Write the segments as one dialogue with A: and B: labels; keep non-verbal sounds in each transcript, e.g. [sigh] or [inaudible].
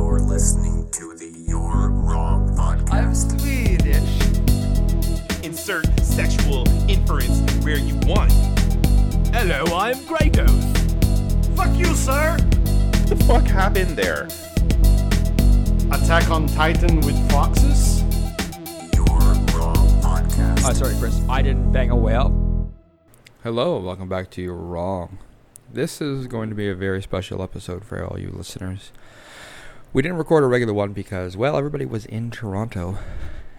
A: listening to the You're Wrong podcast.
B: I'm Swedish.
C: insert sexual inference where you want.
D: Hello, I'm Grey Ghost.
B: Fuck you, sir.
C: What the fuck happened there?
B: Attack on Titan with foxes?
A: You're Wrong podcast.
D: Oh, sorry, Chris. I didn't bang a whale. Hello, welcome back to You're Wrong. This is going to be a very special episode for all you listeners. We didn't record a regular one because, well, everybody was in Toronto.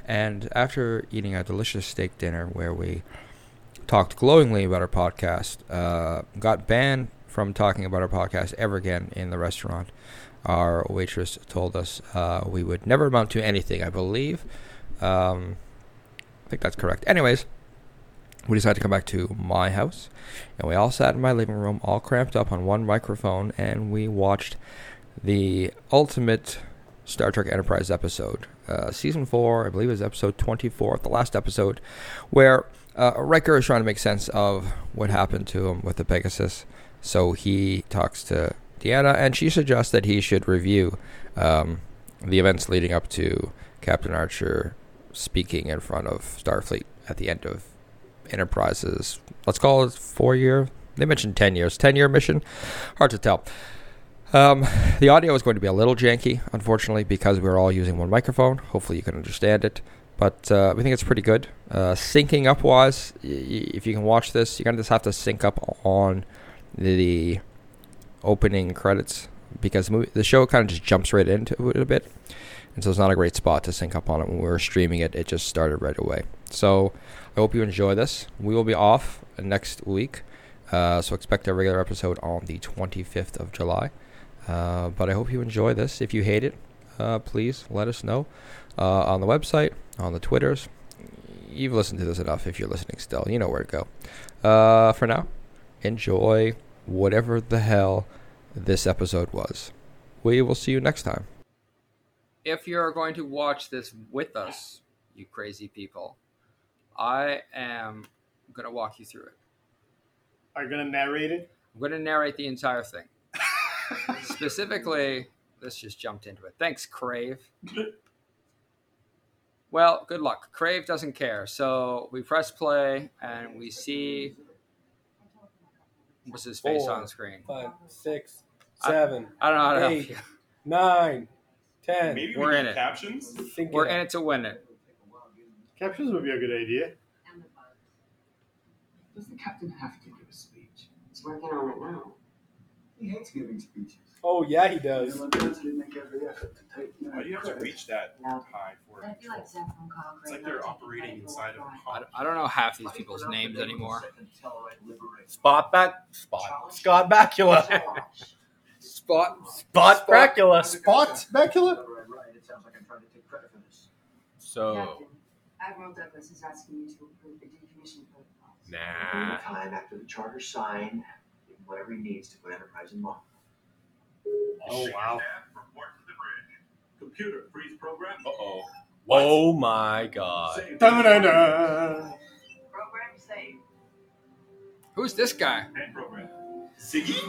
D: And after eating a delicious steak dinner where we talked glowingly about our podcast, uh, got banned from talking about our podcast ever again in the restaurant. Our waitress told us uh, we would never amount to anything, I believe. Um, I think that's correct. Anyways, we decided to come back to my house, and we all sat in my living room, all cramped up on one microphone, and we watched the ultimate Star Trek Enterprise episode, uh, season four, I believe, it was episode twenty-four, the last episode, where uh, Riker is trying to make sense of what happened to him with the Pegasus. So he talks to Deanna, and she suggests that he should review um, the events leading up to Captain Archer speaking in front of Starfleet at the end of Enterprise's, let's call it four year. They mentioned 10 years, 10 year mission. Hard to tell. Um, the audio is going to be a little janky, unfortunately, because we're all using one microphone. Hopefully, you can understand it. But uh, we think it's pretty good. Uh, syncing up wise, y- y- if you can watch this, you're going to just have to sync up on the opening credits because the, movie, the show kind of just jumps right into it a bit. And so it's not a great spot to sync up on it. When we were streaming it, it just started right away. So I hope you enjoy this. We will be off next week. Uh, so expect a regular episode on the 25th of July. Uh, but I hope you enjoy this. If you hate it, uh, please let us know uh, on the website, on the Twitters. You've listened to this enough if you're listening still. You know where to go. Uh, for now, enjoy whatever the hell this episode was. We will see you next time.
E: if you're going to watch this with us, you crazy people, I am going to walk you through it.
B: Are you gonna narrate it?
E: I'm going to narrate the entire thing. [laughs] Specifically, this just jumped into it.
B: [laughs]
E: Thanks, Crave. well, good luck. Crave doesn't care. So we press play and we see what's his face
F: Four.
E: on the screen.
F: five, six, seven,
E: I don't know how to help
F: Eight.
E: you.
F: nine, ten.
G: Maybe
E: We're
G: we
E: in
G: need
E: it.
G: captions.
F: Think
E: We're
F: it
E: in it to win it.
B: Captions would be a good idea.
H: Does the captain have to give a speech? He's working on it now. He hates giving speeches.
F: Oh yeah, he does.
H: The president didn't make every effort to take
G: Why do you have to reach that high for
I: I feel like
G: control?
I: Zeph from Call
G: It's like they're operating inside of a
E: I
G: pod.
E: don't- I don't know half these people's names anymore.
J: Spot back. Spot. Scott Bakula.
G: [laughs]
E: Spot.
J: Spot Bakula. Spot.
F: Specula.
H: It sounds like I'm trying to take credit for
G: Oh.
H: this.
J: So.
I: Admiral Douglas is asking you to approve the decommission protocol.
J: Nah.
H: Time after the charter sign, give him whatever he needs to put Enterprise in law.
B: Oh wow.
G: Report to the bridge. Computer, freeze program. Uh oh.
J: Oh my God.
G: Save.
B: Da-da-da.
I: Program saved.
E: Who's this guy?
G: End program. Ziggy?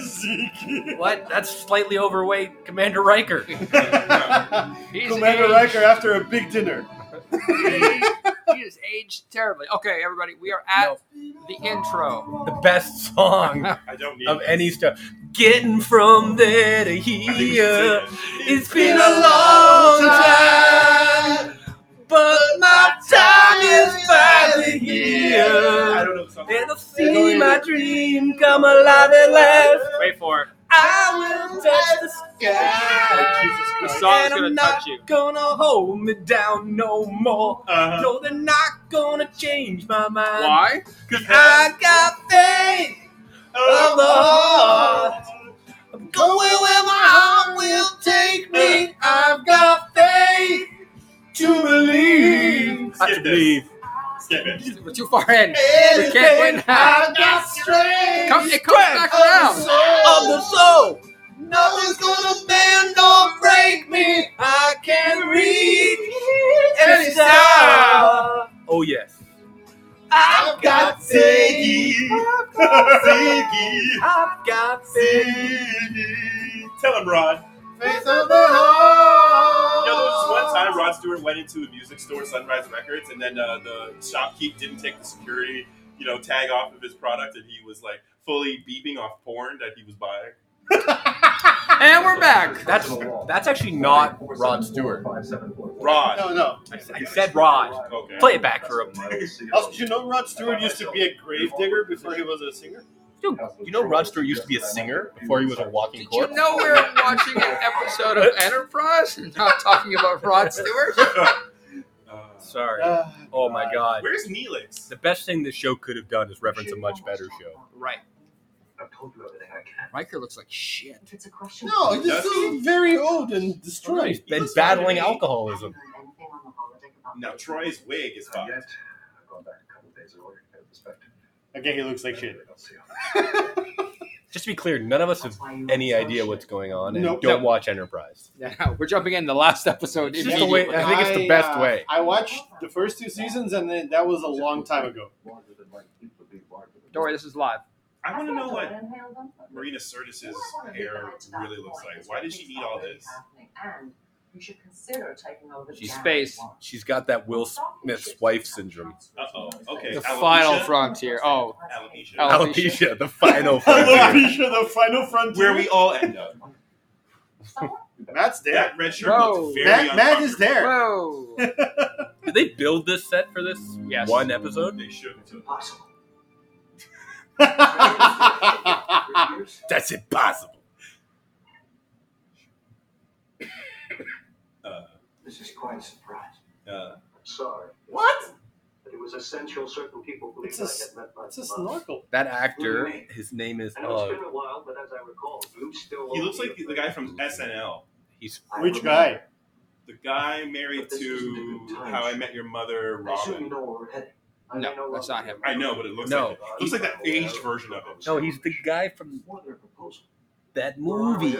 B: Zeke.
J: What? That's slightly overweight Commander Riker.
E: He's
B: Commander
E: aged-
B: Riker after a big dinner.
E: he is aged terribly. Okay, everybody, we are at the intro.
J: The best song
G: I don't need
J: of
G: this.
J: any stuff. Getting from there to
G: I think we should
J: here.
G: say it.
J: It's been a long time. But my time is finally
G: I
J: here.
G: don't know the song.
J: And I've seen my dream come alive at last.
C: Wait for it.
J: I will touch the sky.
B: Jesus
C: The
B: Christ.
C: song's
J: and I'm
C: gonna
J: not
C: touch you.
J: gonna hold me down no more.
B: Uh-huh.
J: No, they're not gonna change my mind.
E: Why?
J: Cause I got faith of the heart. I'm going where my heart will take me. I've got faith to believe.
G: Skip this. Skip it.
E: We're too far in. We can't win
J: Anything
E: now.
J: I've got strength.
E: Come, it comes back
J: of the
E: around.
J: soul. Of the soul. Nothing's gonna bend or break me. I can reach any star. Oh yes. I've got [laughs] faith.
G: Ziggy.
J: I've got faith.
G: Ziggy. Tell him, Rod.
J: Face of the hall.
K: You know, there was this one time Rod Stewart went into a music store, Sunrise Records, and then uh, the shopkeep didn't take the security, you know, tag off of his product, and he was like fully beeping off porn that he was buying.
E: And we're back.
J: That's that's actually not Rod Stewart.
K: Rod.
B: No, no.
J: I said Rod.
K: Okay.
J: Play it back for him.
B: Also, do you know Rod Stewart used to be a gravedigger before he was a singer?
J: Dude, you know Rod Stewart used to be a [laughs] singer before he was a walking
E: Did you
J: corpse.
E: know we're watching an episode of Enterprise and not talking about Rod Stewart?
K: [laughs] Uh,
J: Sorry.
B: Uh,
J: Oh my God.
K: where's Neelix?
J: The best thing this show could have done is reference a much better show.
E: Right.
H: I've told you everything I can.
E: Riker looks like shit.
I: If it's a question,
F: No, this is very old and destroyed.
J: Been
K: looks
J: battling
K: fine to me.
J: alcoholism.
I: Anything on the holodeck about
K: No, Troy's wig is
H: Not
K: fucked.
H: yet. I've gone back a couple days earlier to get a perspective.
B: Again, he looks like shit.
H: I'll see how
J: Just to be clear, none of us have
I: That's why you
J: any
I: were so
J: idea
I: shit.
J: what's going on, and
B: Nope.
J: don't watch Enterprise.
E: Yeah, we're jumping in the last episode.
J: It's just the way-
E: immediately.
J: I think it's the best
B: uh,
J: way.
B: I watched the first two seasons, and then that was a long time ago.
H: Longer than my feet would be longer
J: [laughs]
H: than-
E: Don't worry, this is live.
K: I want to know what
I: what
K: Marina Sirtis's hair really looks like. Why did she need all this?
I: And you should consider taking over the
E: She's
I: down
E: space.
I: one.
J: She's got that Will Smith's wife syndrome.
K: Uh oh. Okay.
E: The
K: alopecia?
E: final frontier. Oh,
K: Alopecia.
E: Al- Alopecia.
J: Alopecia, the final frontier.
B: Alopecia, the final frontier.
K: Where we all end up.
B: Matt's there.
K: That red shirt
E: Bro.
K: looks very
B: Matt, Matt is
K: uncomfortable.
B: there.
J: [laughs]
E: whoa!
J: Did they build this set for this
E: Yes.
J: one episode?
K: They should.
H: Impossible.
J: That's impossible.
K: Uh,
H: This is quite a surprise.
K: uh,
H: I'm sorry.
B: What?
H: But it was essential certain people believed
B: It's a s-
H: I had met my
B: That's a
H: father.
B: snorkel.
J: That actor, his name is.
H: I know
J: Uh,
H: it's been a while, but as I recall, you still.
K: he looks like the guy from SNL.
J: he's
H: I
B: Which
H: remember.
B: guy?
K: The guy married to How I Met Your Mother,
H: I assume you
K: Robin.
H: know where we're heading. I
E: No,
H: may no
E: that's
H: longer
E: not him. Oh.
H: be
K: I know, but it looks
J: No.
K: like it looks like that aged version of him.
J: no, he's the guy from
H: What their proposal?
J: that movie.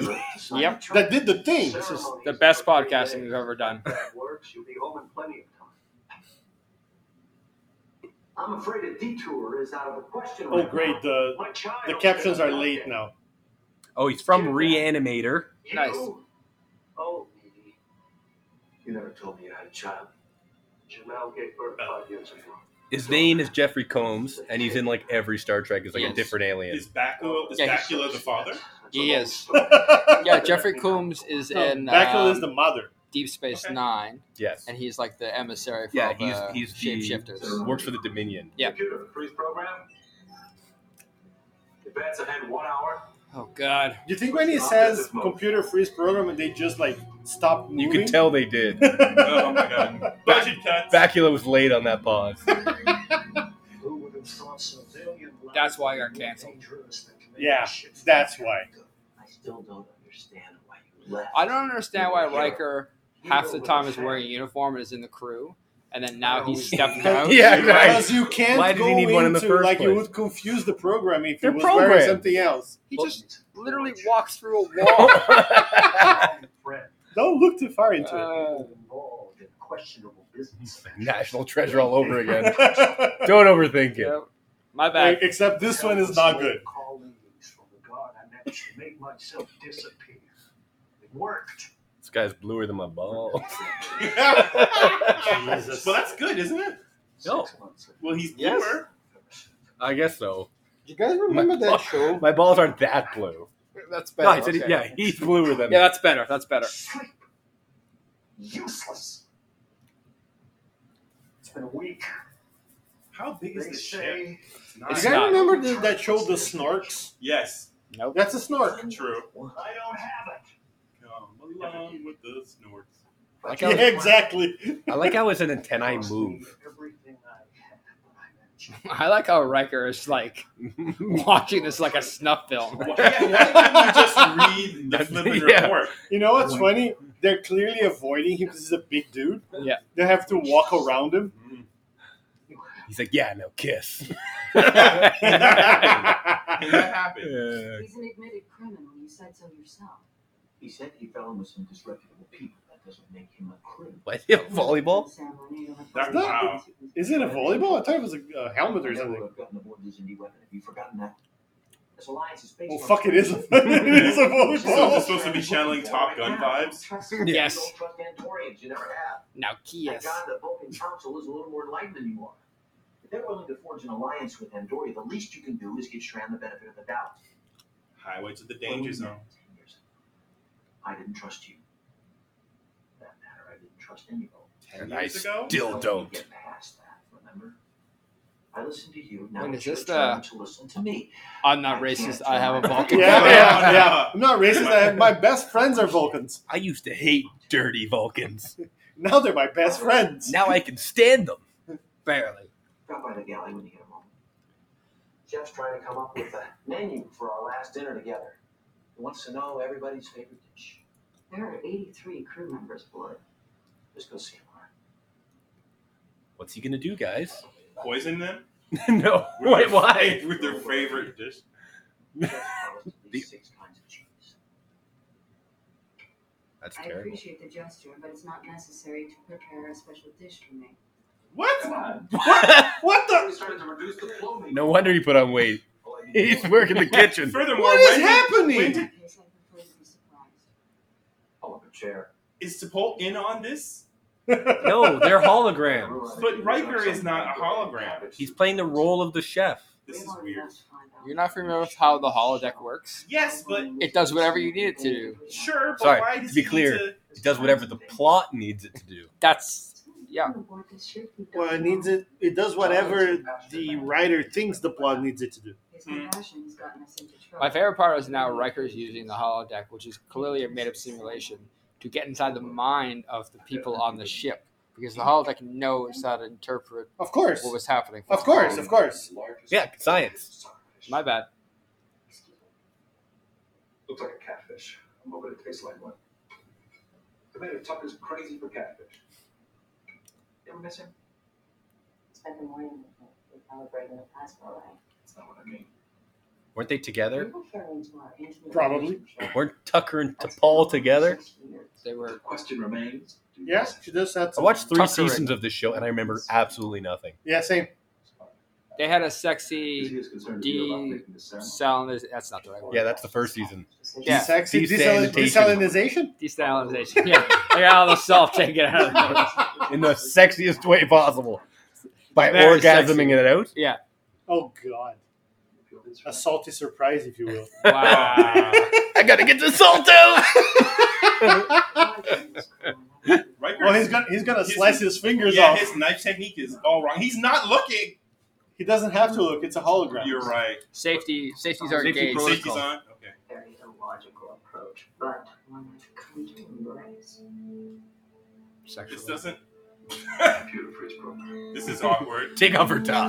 E: Yep.
B: That did the thing.
E: This is the best podcasting we've ever done.
H: That works. You'll be home in plenty of time. I'm afraid a detour is out of the question.
B: Oh,
H: right
B: great.
H: now.
B: The
H: My child
B: the captions are
H: is
B: late
H: back.
B: now.
J: Oh, he's from Reanimator.
H: You?
E: Nice.
H: Oh, Edie, you never told me you had a child. Jamel gave birth five years ago.
J: His name is Jeffrey Combs, and he's in like every Star Trek. He's like a different alien.
K: Is Bacula is
E: Yeah, he's-
K: Bacula the father?
E: He
H: That's a
E: is.
H: long story.
E: Yeah, Jeffrey Coombs is [laughs]
B: No,
E: in
B: Bacula
E: um,
B: Oh, is the mother.
E: Deep Space
K: Okay.
E: Nine,
J: Yes.
E: and he's like the emissary for
J: Yeah,
E: all the
J: he's- he's the-
E: shapeshifters.
J: Works for the Dominion.
E: [laughs] Yeah.
H: Computer, freeze program. Advance ahead one hour.
E: Oh God!
B: Do you think when he says computer freeze program and they just like stop moving?
J: You can [laughs] tell they did.
K: Oh my god. Budget cuts.
J: Bacula was late on that [laughs] pause.
H: Who would have thought civilian life
E: That's why I got
H: would be more
E: canceled.
H: dangerous than committing
B: Yeah,
H: shit for
B: that's
H: the
B: why.
H: America? I still don't understand why you left.
E: I don't understand why Riker
H: You
E: half
H: know
E: the
H: what
E: time
H: I'm
E: is
H: saying.
E: wearing a uniform and is in the crew, and then now he's
B: [laughs]
E: stepped
J: [laughs]
E: out.
J: Yeah, right.
B: Because you can't
J: Why did
B: go
J: he need one in the
B: into,
J: first
B: like you
J: place?
B: would confuse the program if
J: They're
B: it was wearing
J: programmed.
B: something else.
E: He just literally walks through a wall.
J: National
H: Friend
B: Don't look too far into
E: Uh,
H: involved in questionable
E: [laughs]
H: business.
J: treasure all
B: [laughs]
J: over again.
B: it.
J: Don't overthink it.
E: yeah. My
B: Like,
E: bad.
B: Except this one is not
H: [laughs]
B: good.
H: Call meetings from the guard I managed to make myself disappear. It worked.
J: This guy's bluer than my ball.
B: Jesus.
K: Well that's good, isn't it?
J: No.
H: Six months later.
K: Well he's
B: Yes.
K: boomer.
J: I guess so.
F: You guys
J: remember that
F: show?
J: My balls aren't that blue.
F: That's
J: No, I said he- yeah, he's bluer than
E: Yeah, that's better. That's better.
H: Sleep. Useless. It's been a week.
K: How big is
H: They
K: this ship?
H: say
K: It's
B: Do
K: not-
B: you
E: It's
B: guys
E: not.
B: remember the, that show, The Snorks?
K: Yes.
E: Nope.
B: That's a snork.
K: True.
H: I don't have it.
K: Come along with the snorts.
J: I like,
B: Yeah,
J: how,
B: exactly.
J: I like how it's an antennae
H: Cost me
J: [laughs] move.
H: everything I had when
J: [laughs]
H: I met you.
E: I like how Riker is like [laughs] watching this like a snuff film.
K: Why,
B: [laughs]
K: yeah, why didn't you just read the flippin'
J: Yeah.
K: report?
B: You know what's funny? They're clearly avoiding him because he's a big dude.
E: Yeah.
B: They have to walk around
E: [laughs]
B: him.
K: Mm.
J: He's like, yeah, no [laughs] kiss.
K: And that happened. And that happened.
J: Uh,
I: He's an admitted criminal. You said so yourself.
H: He said he fell in with some disreputable people. That doesn't make him a criminal.
J: what? Volleyball?
I: Sam Renee on the
K: That's
I: phone.
K: wow.
B: Is it a volleyball? I thought it was a, a helmet or
H: I never
B: something.
H: would have gotten aboard this indie weapon. Have you forgotten that? This alliance is based
B: Well,
H: on-
B: fuck, it is a- [laughs] it is a volleyball.
K: So it's supposed to be channeling Top Gun vibes.
E: Yes.
H: You don't trust Antorians, you never have.
E: Now,
H: Thank
E: Kias.
H: God the Vulcan Council is a little more enlightened than you are. If they're willing to forge an alliance with Andoria, the least you can do is give Shran the benefit of the doubt.
K: Highway to the danger zone.
H: I didn't trust you. For that matter, I didn't trust anyone.
K: And I Years ago?
H: You
K: still
H: helped me
K: don't.
H: Get past that, remember? I listened to you. Now
E: When
H: it's
E: is this uh,
H: your turn
E: the-
H: to listen to me.
E: I'm not racist. I have a Vulcan.
B: Yeah, yeah, yeah. I'm not racist. I have, my best friends are Vulcans.
J: I used to hate dirty Vulcans.
B: Now they're my best friends.
J: Now I can stand them.
E: Barely.
H: Drop by the galley when you get a moment. Jeff's trying to come up with a menu for our last dinner together. He wants to know everybody's favorite dish.
I: There are 83 crew members aboard.
H: Just go see him. all right?
J: What's he gonna do, guys?
K: Poison them?
J: [laughs] no.
K: With
J: Wait,
K: their
J: why?
K: fav- With their favorite dish.
H: These six kinds of cheese.
J: That's
I: I appreciate the gesture, but it's not necessary to prepare a special dish for me.
B: What?
J: What?
B: What the?
H: starting to reduce the flow
J: [laughs]
H: meter.
J: No wonder he put on weight. [laughs] He's working the kitchen.
K: Furthermore,
B: What is
K: when did-
B: happening?
K: when did-
I: Yes, I prefer to be surprised.
H: Pull up a chair.
K: Is Sepult in on this?
B: [laughs] no,
E: they're holograms.
K: But Riker is not a hologram.
J: He's playing the role of the chef.
K: This
I: We've
K: is
I: already
K: weird.
I: left to find out.
E: You're not familiar with how the holodeck works?
K: Yes, but
E: It does whatever you need it to do.
K: sure. But
J: Sorry,
K: why
J: to
K: does
J: be
K: he
J: clear.
K: need to-
J: He does whatever the plot needs it to do.
E: That's yeah.
I: Aboard this ship, you don't
B: Well, it
I: know.
B: needs it. It does whatever the writer thinks the plot needs it to do.
I: His
K: Mm.
I: compassion has gotten us into trouble.
E: My favorite part is now Riker's using the holodeck, which is clearly a made-up simulation, to get inside the mind of the people on the ship, because the holodeck knows how to interpret
B: Of course,
E: what was happening.
B: of course, of course.
J: Yeah, science.
E: My bad.
I: Excuse me.
H: Looks like a catfish. I'm hoping it tastes like one. Commander Tucker's crazy for catfish. You ever miss him?
I: Spent the morning with him, recalibrating the plasma array.
H: That's not what I mean.
J: Weren't they together?
I: We were fairly into our intimate
B: Probably.
I: relationship.
J: Weren't Tucker and
I: That's
J: Paul
I: been
J: together?
I: six years.
E: They
H: The
E: were.
H: question remains. do you
B: Yeah,
H: miss
B: she
H: him?
B: does that.
J: I watched three
E: Tucker
J: seasons
E: and-
J: of this show and I remember absolutely nothing.
B: Yeah, same.
E: They had a
H: Is he
E: sexy
H: as concerned as you about
E: D-
H: making the sound?
E: salinization. That's not the right word.
J: Yeah,
H: [laughs]
J: that's the first season.
E: Yeah.
B: Sexy desal-
J: Desanitation.
B: desalinization.
E: Desalinization. Yeah, they got all the salt taken out of them.
J: In the sexiest way possible. By
E: Very
J: orgasming
E: sexy.
J: it out.
E: [laughs] Yeah.
B: Oh God, a salty surprise, if you
K: [laughs]
B: will.
E: Wow.
J: [laughs] I gotta get the salt out!
E: [laughs]
K: Riker.
B: Well, he's gonna he's gonna
K: His-
B: slice his fingers
K: yeah,
B: off.
K: his knife technique is all wrong. He's not looking.
B: He doesn't have to look. It's a hologram.
K: You're right.
E: [laughs] Safety. Safety's our
J: Safety
E: gauge.
J: protocol.
K: Safety's on. Okay.
I: Very illogical approach, but one I've come to embrace.
K: This
E: Sexually.
K: doesn't.
H: Computer freeze program.
K: this is awkward.
J: Take off her top.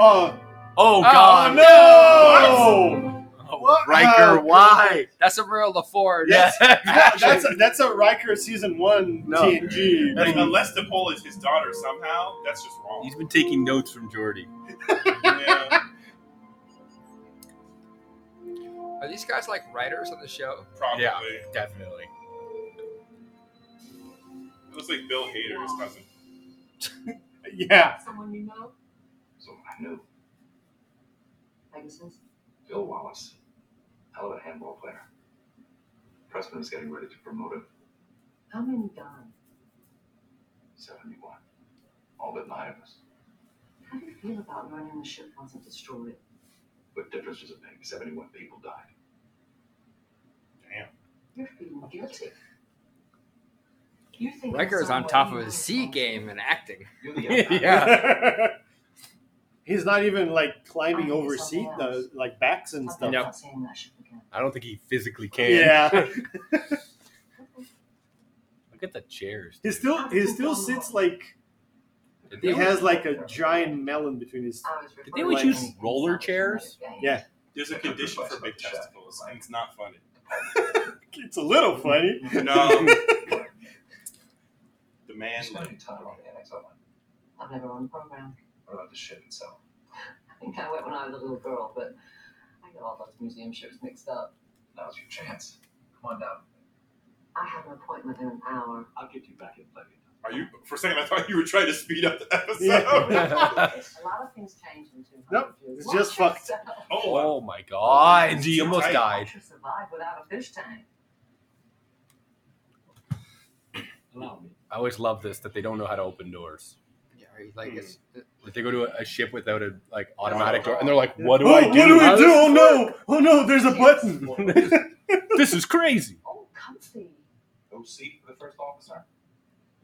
B: Oh,
J: Oh,
E: God.
J: God.
B: no! What?
J: Riker, [laughs]
B: Oh,
J: why?
E: That's a real LaForge.
J: Yeah. [laughs]
B: God. That's a, that's a Riker season one
J: No.
B: TNG.
K: Like, unless the pole is his daughter somehow, that's just wrong.
B: [laughs]
J: He's been taking notes from Jordy.
K: yeah,
E: Are these guys like writers on the show?
K: probably.
J: Yeah. Definitely.
K: It looks like Bill Hader, his cousin.
B: yeah.
I: Someone you know?
H: Someone I knew.
I: Pegasus?
H: Bill Wallace. Hell of a handball player. Pressman is getting ready to promote him.
I: How many gone?
H: 71. All but nine of us.
I: How do you feel about running the ship once it destroyed?
H: What difference does it make? 71 people died.
I: You're feeling guilty. You think it's
E: Riker is on
I: somewhat
E: top of his
I: irresponsible.
E: C game and acting.
H: You're
J: [laughs]
H: the
J: Yeah.
B: [laughs] He's not even like climbing
I: I'm
B: over seat,
I: something
B: uh,
I: else.
B: like backs and
I: Something
B: stuff.
I: about saying that ship again.
J: I don't think he physically can. [laughs]
B: Yeah,
J: Look at the chairs.
B: he still he still sits like he
E: They were-
B: has like a giant melon between his.
I: I was
J: they
I: referring
B: always
I: to
B: use
I: something
J: roller
I: else.
J: chairs?
B: Yeah,
K: There's a condition for big testicles, and it's not funny.
B: it's a little funny.
K: [laughs]
B: [laughs]
K: No. the man, like,
H: time on the annex island.
I: I've never run a program.
H: What about the ship itself?
I: I think I went when I was a little girl, but I got all those museum ships mixed up.
H: Now's your chance. Come on down.
I: I have an appointment in an hour.
J: [laughs]
H: I'll get you back in plenty of time.
K: Are you? For a second, I thought you were trying to speed up the episode. [laughs]
I: a lot of things change in two
B: Nope, it's just fucked.
J: Oh my god, he almost [laughs] died.
I: To survive without a fish tank.
E: Allow me.
J: I always love this that they don't know how to open doors.
E: Yeah, are you like
J: Hmm.
E: it's
J: Like they go to a, a ship without a like automatic door, and they're like, [laughs] "What do
B: oh,
J: I do?
B: What do we
J: How does
B: do?
J: this
B: Oh no! Oh no! There's a button. [laughs]
J: [laughs] work? This is crazy."
I: Oh, comfy.
H: No Oh, seat for the first officer.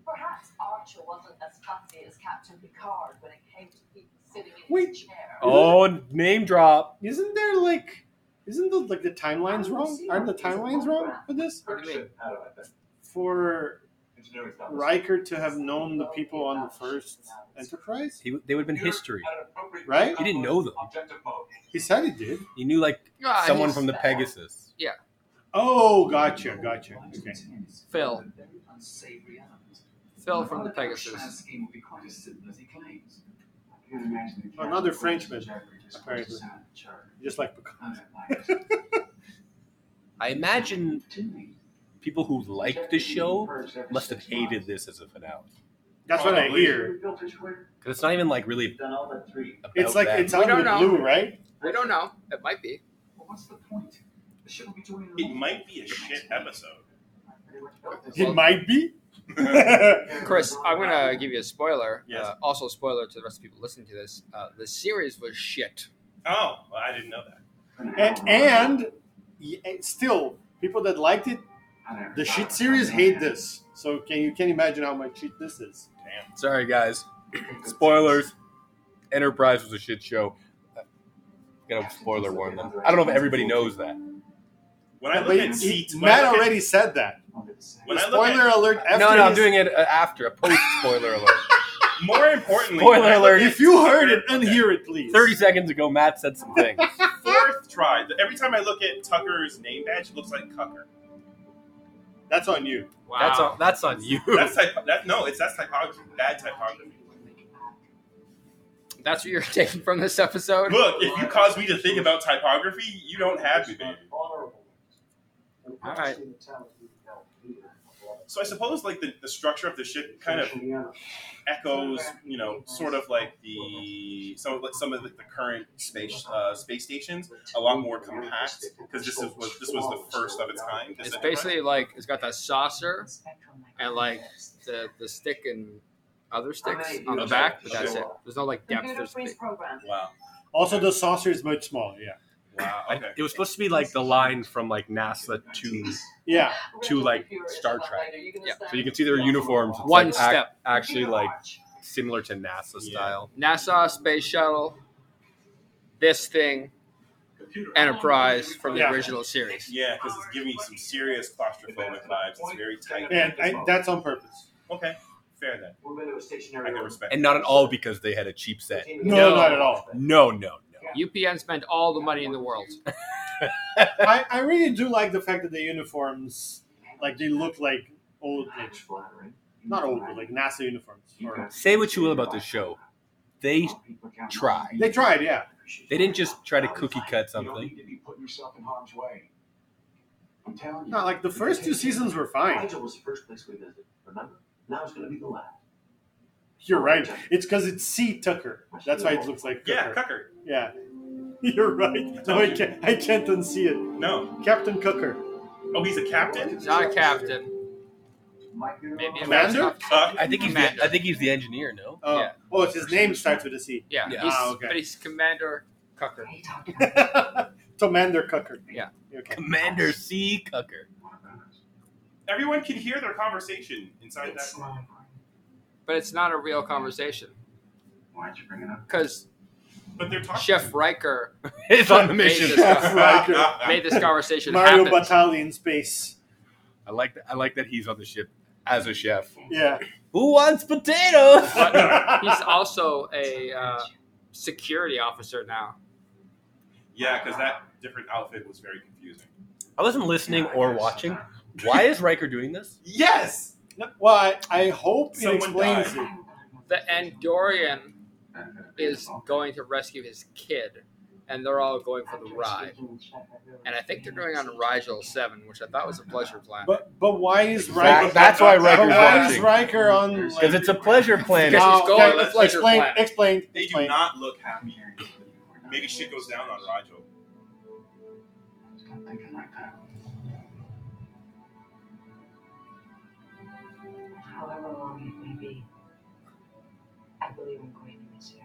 I: Perhaps Archer wasn't as comfy as Captain Picard when it came to people sitting in
B: Wait.
I: his chair.
J: Oh, name drop.
B: Isn't there like, isn't the like the timelines wrong? Aren't the timelines wrong for this?
E: What do you mean?
H: Out of it.
B: For
H: Engineering's not
B: Riker to have known the people on the first Enterprise,
J: He, they would have been history.
B: right?
J: He didn't know them.
H: Objective mode.
B: He said he did.
J: He knew like
E: Ah,
J: someone
E: he's-
J: from the Pegasus.
B: Oh, gotcha, gotcha. Okay.
E: Phil.
H: Unsavory element.
E: Phil from the Pegasus.
H: scheme will be quite as simple as he claims. I can imagine the
B: Another Frenchman,
H: Jeffrey just
B: apparently.
H: wants to sound a jerk.
B: Just like Picard.
H: I don't like it.
J: I imagine [laughs]
H: Jimmy.
J: people who liked the show must have hated this as a finale
B: [laughs] That's what I hear.
H: Built his career,
J: because it's not even like really
H: done all but three.
J: about
B: It's like
J: that.
B: it's
E: We
B: out of the
E: don't know.
B: blue, right?
E: We don't know. It might be.
H: Well, what's the point? The ship will be doing
K: It might be a shit episode.
B: It might
K: [laughs]
B: be.
E: Chris, I'm gonna give you a spoiler.
K: Yes.
E: Uh, also, a spoiler to the rest of people listening to this: uh, the series was shit.
K: Oh, well, I didn't know that.
B: and, and y- and still, people that liked it, the shit series hate this. So can you can imagine how much shit this is?
J: Sorry, guys. Spoilers. Enterprise was a shit show. Got a spoiler warn them. I don't know if everybody knows that.
K: When I
B: But
K: look at
B: it-
K: seats, when I
B: Matt
K: look at-
B: already said that.
K: When I look
B: Spoiler
K: at,
B: alert! After
J: no, no, I'm
B: this-
J: doing it uh, after a post spoiler alert.
K: more importantly,
J: Spoiler
K: when I look
J: alert.
K: at-
B: If you heard it, unhear it, please.
J: Thirty seconds ago, Matt said some things.
K: fourth try. th- Every time I look at Tucker's name badge, it looks like Cucker.
B: That's on you.
E: Wow.
J: That's on. That's on you.
K: That's type. That, no, it's that's typography. Bad typography.
E: That's what you're [laughs] taking from this episode.
K: Look, if you cause me to think about typography, you don't have me, baby.
E: All right.
K: So I suppose like the, the structure of the ship kind of echoes, you know, sort of like the some of like some of the, the current space uh, space stations. A lot more compact because this is was this was the first of its kind. This
E: It's
K: enterprise.
E: basically like it's got that saucer, and like the the stick and other sticks on the
K: Okay.
E: back, but that's it.
H: Sure.
E: There's no like depth.
I: Computer
E: There's
I: freeze program.
K: wow,
B: Also, the saucer is much smaller. Yeah.
K: wow.
J: I-
K: [laughs] Okay.
J: It was supposed to be like the line from like NASA to,
B: Yeah.
J: To, like, Star Trek.
E: Yeah.
J: so you can see their uniforms. It's
E: One
J: like, ac-
E: step.
J: actually, like similar to NASA
K: Yeah.
J: style.
E: NASA space shuttle. This thing, Enterprise from the
B: Yeah.
E: original series.
K: Yeah, because it's giving me some serious claustrophobic vibes. It's very tight.
B: And I, that's on [laughs] purpose.
K: Okay, fair then. I can respect.
J: And
K: it.
J: not at all because they had a cheap set.
B: No,
E: No.
B: not at all.
J: No, no, no.
E: UPN spent all the money in the world.
B: I, I really do like the fact that the uniforms, like they look like old, like, not old, but like NASA uniforms. Or,
J: Say what you will about this show, they tried.
B: they tried, yeah.
J: They didn't just try to cookie cut
H: You don't
J: something.
H: need to be putting yourself in harm's way. I'm telling you.
B: No, like the first two seasons were fine.
H: Nigel was the first place we visited. Remember? Now it's going to be the last.
B: You're right. It's because it's C Tucker. That's why it looks like
K: Yeah,
B: Tucker.
K: Cucker.
B: Yeah. [laughs] You're right. No, I can't. I can't unsee it.
K: No.
B: Captain Cooker.
K: Oh, he's a captain.
E: He's not a captain.
H: Mike, you're
E: Maybe a
H: wrong.
B: Commander?
K: Cuck.
J: I think he's the, I think he's the engineer. No,
B: Oh,
E: Yeah.
B: oh, it's his name starts with a C. [laughs]
E: Yeah,
J: Yeah.
E: he's-
B: Ah, okay.
E: but he's Commander Cucker.
I: Hey, Doctor.
B: Commander Cooker.
E: Yeah.
B: Okay.
J: Commander C. [laughs] Cucker.
K: Everyone can hear their conversation inside that.
H: It's slavery.
E: But it's not a real conversation
H: Why'd you bring it up?
E: because
K: But they're talking. [laughs]
E: Chef Riker
J: It's on the
B: [laughs]
E: Made
J: mission.
E: this-
B: Jeff
K: Ah,
B: Riker. [laughs]
E: made this conversation
B: Mario
E: happen.
B: Batali in space.
J: I like that. I like that he's on the ship as a chef.
B: Yeah.
J: Who wants [laughs] potatoes?
E: He's
B: [laughs]
E: also a uh, security officer now.
K: Yeah, because that different outfit was very confusing.
J: I wasn't listening or watching. Why is Riker doing this?
K: Yes.
B: well, I, I hope it
K: Someone
B: explains it. Uh-huh.
E: The Andorian is going to rescue his kid, and they're all going for the ride. And I think they're going on Rigel Seven, which I thought was a pleasure planet.
B: But but why is
E: That-
B: Riker?
E: that's why
B: but
E: Riker's
B: why is
E: watching.
B: Riker on?
E: Because
B: like-
J: it's a pleasure planet. [laughs]
B: Oh,
K: Because he's going
B: okay,
K: on a pleasure
B: explain,
K: planet.
B: Explain.
K: They do not look happy. Maybe shit goes down on Rigel.
I: However long it may be, I believe I'm going to miss you.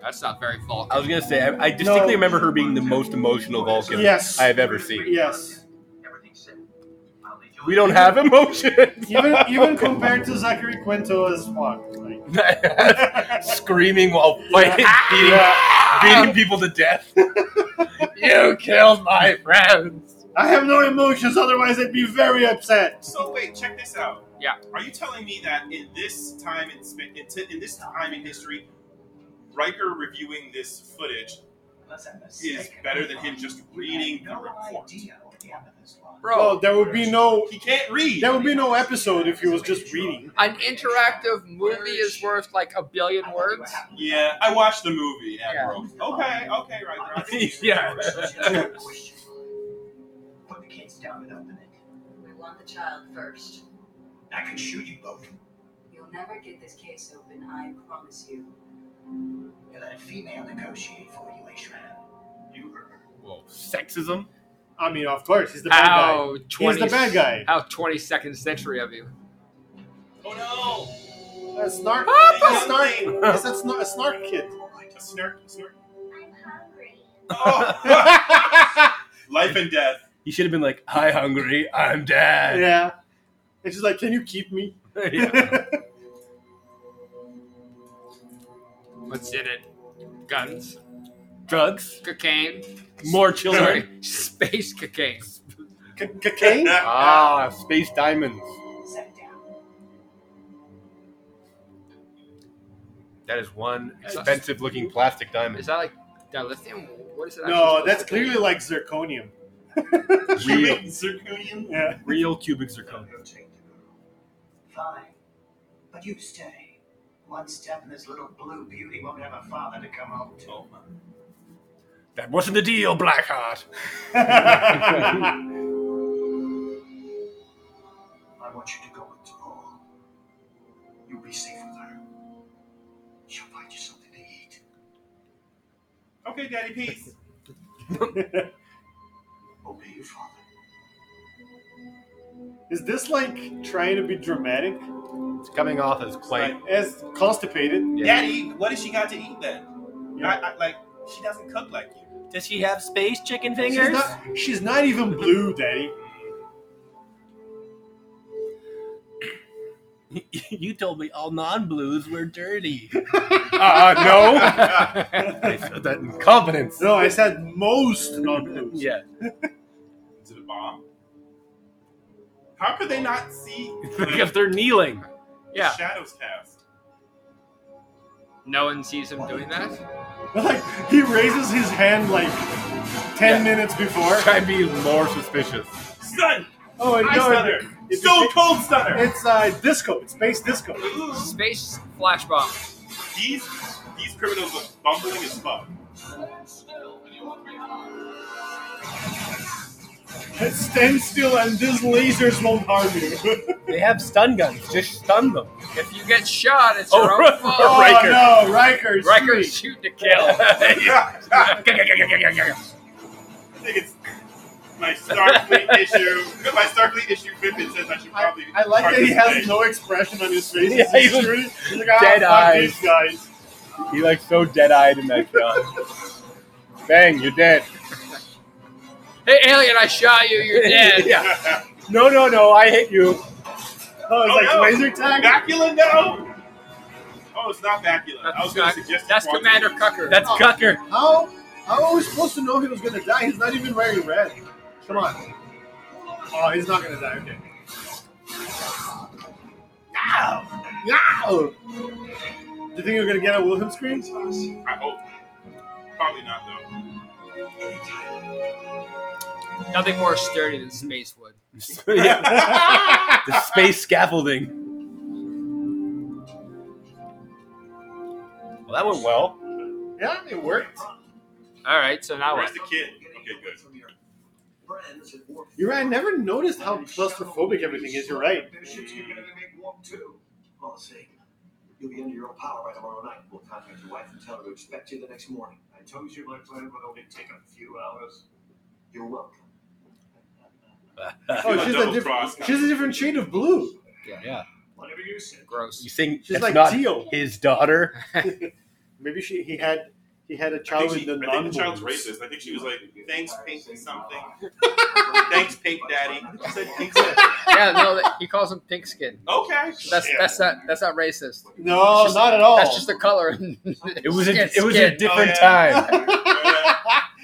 E: That's not very Vulcan.
J: I was gonna say I, I distinctly remember her being the most emotional Vulcan
B: Yes.
J: I have ever seen.
B: Yes.
J: We don't have emotions.
B: even even compared to Zachary Quinto as Spock. Like,
J: [laughs] screaming while fighting, beating, beating people to death. [laughs] you killed my
E: Uh,
J: friends.
B: I have no emotions, otherwise I'd be very upset.
K: So wait, check this out.
E: Yeah.
K: Are you telling me that in this time in, sp- in, t- in this time in history, Riker reviewing this footage is better than him just reading the report?
E: Bro.
B: Well, there would be no. He
K: can't read.
B: There would be no episode if he was just reading.
E: An interactive movie is worth like a billion words.
K: Yeah, I watched the movie, Admiral.
G: Okay, okay,
B: [laughs]
K: right,
J: yeah.
I: Put the kids down
B: [laughs]
I: and open it. We want the child first.
G: I can shoot you both.
I: You'll never get this case open, I promise you.
G: You let a female negotiate for you, Ashram. You heard.
J: Whoa, sexism.
B: I mean, of course, he's the bad
E: How
B: guy.
E: 20,
B: He's the bad guy.
E: How 22nd century of you.
K: Oh
B: That's snark.
E: Papa!
B: That's snark. Is that snark, a snark kid?
K: no! A snark,
B: [laughs]
K: snark.
I: I'm hungry.
K: Oh. Life and death.
J: He should have been like, "Hi, hungry. I'm dead."
B: yeah. And she's like, "Can you keep me?"
J: [laughs]
B: [laughs]
J: Yeah.
E: What's in it? Guns,
J: Drugs.
E: cocaine,
J: More children.
E: sorry, space cocaine.
B: C-
K: [laughs]
B: cocaine?
J: Ah, space diamonds.
I: Set it down.
J: That is one expensive-looking plastic
E: Is
J: diamond.
E: that like dilithium? What is it?
B: No,
E: actually
B: that's
E: supposed to be?
B: clearly like zirconium.
J: Real, [laughs]
K: Zirconium.
B: Yeah.
J: real cubic zircon.
G: He'll take the girl. Fine. But you stay. One step and this little blue beauty won't have a father to come home to.
K: Oh,
J: That wasn't the deal, Blackheart.
G: I want you to go with Tall. You'll be safe with her. She'll find you something to eat.
K: Okay, Daddy, peace.
G: Obey your father.
B: Is this like trying to be dramatic?
J: It's coming off as quite.
B: As constipated?
K: Daddy, what does she got to eat then?
B: Yeah.
K: I, I, like she doesn't cook like you.
J: Does she have space chicken
B: She's not, she's not even blue, Daddy.
J: [laughs] you told me all non-blues were dirty. [laughs] uh, no. I said that in confidence.
B: No, I said most not blues.
J: Yeah.
K: Is it a bomb? How could they not [laughs] see
J: because they're kneeling.
E: Yeah.
K: shadows cast?
E: No one sees him doing that.
B: Like he raises his hand like ten
J: Yeah.
B: minutes before.
J: Try to be more suspicious.
K: Stun!
B: Oh and
K: I
B: no,
K: stutter!
B: it- it-
K: Stone cold stutter!
B: It's uh, disco. It's space disco.
E: Space flash bomb.
K: These these criminals are bumbling as fuck.
I: [laughs]
B: Stand still, and these lasers won't harm you. [laughs]
J: They have stun guns. Just stun them.
E: If you get shot, it's your
J: Oh, [laughs]
E: own
B: oh
E: fault.
J: Riker.
B: no, Riker!
E: Riker
B: sweet.
E: shoot to
J: [laughs]
E: kill.
K: I think it's my
B: [laughs]
K: Starfleet issue. My Starfleet issue Pippin says I should
B: I,
K: probably.
B: I like
K: start
B: that he
K: this
B: has
K: thing.
B: no expression on his face.
J: [laughs] Yeah,
B: he's
J: he was
B: really- he's like, "Ah,
J: dead
B: fuck
J: eyes."
B: these guys.
K: [laughs]
J: He like so dead-eyed in that shot. Bang! You're dead.
E: hey alien, I shot you.
J: [laughs]
E: You're dead.
K: [laughs]
J: yeah. No, no, no! I hit you.
B: Oh, it's
K: Oh,
B: like
K: no.
B: laser tag.
K: Bacula, no. Oh, it's not Bacula. I
E: That's,
K: was going
E: not,
K: to suggest
E: that's
K: Quantum.
E: Commander Cucker.
J: That's [laughs] Cucker.
B: How? How are we supposed to know he was gonna die? He's not even wearing red. Come on. Oh, he's not gonna die. Okay. Ow! Do you think you're gonna get a Wilhelm scream?
K: I hope. Probably not though.
E: Nothing more sturdy than space
J: [laughs]
E: wood.
J: the space scaffolding. Well, that went well.
B: Yeah, it worked.
E: All right, so now
K: Where's
E: what?
K: the kid? Okay, good.
B: You're right. I never noticed how claustrophobic everything is. You're right.
G: Bishops, you're gonna make warm too. Well, let's see. You'll be under your own power by tomorrow night. We'll contact your wife and tell her to expect you the next morning. I told you my plan would only take a few hours. You're welcome.
B: Oh,
J: [laughs]
B: she's a different. She's a different shade of blue.
E: Yeah.
J: yeah.
G: Whatever you said.
E: Gross.
J: You think
B: She's
J: she's
B: like
J: like not
B: Teo.
J: his daughter?
B: Maybe she. He had. He had a
K: I
B: child
K: think, she,
B: with the
K: I think the child's
B: non-boys.
K: racist. I think she was like, "Thanks, pink something." Thanks, pink daddy. She said pink. Something.
E: yeah, no, that- he calls him pink skin.
K: Okay.
E: That's that's not that's not racist.
B: No,
E: It's just-
B: not at all.
E: That's just the color.
J: Oh.
E: [laughs]
J: It was a,
E: Skin,
J: it was
E: skin.
J: a different
K: Oh,
J: time.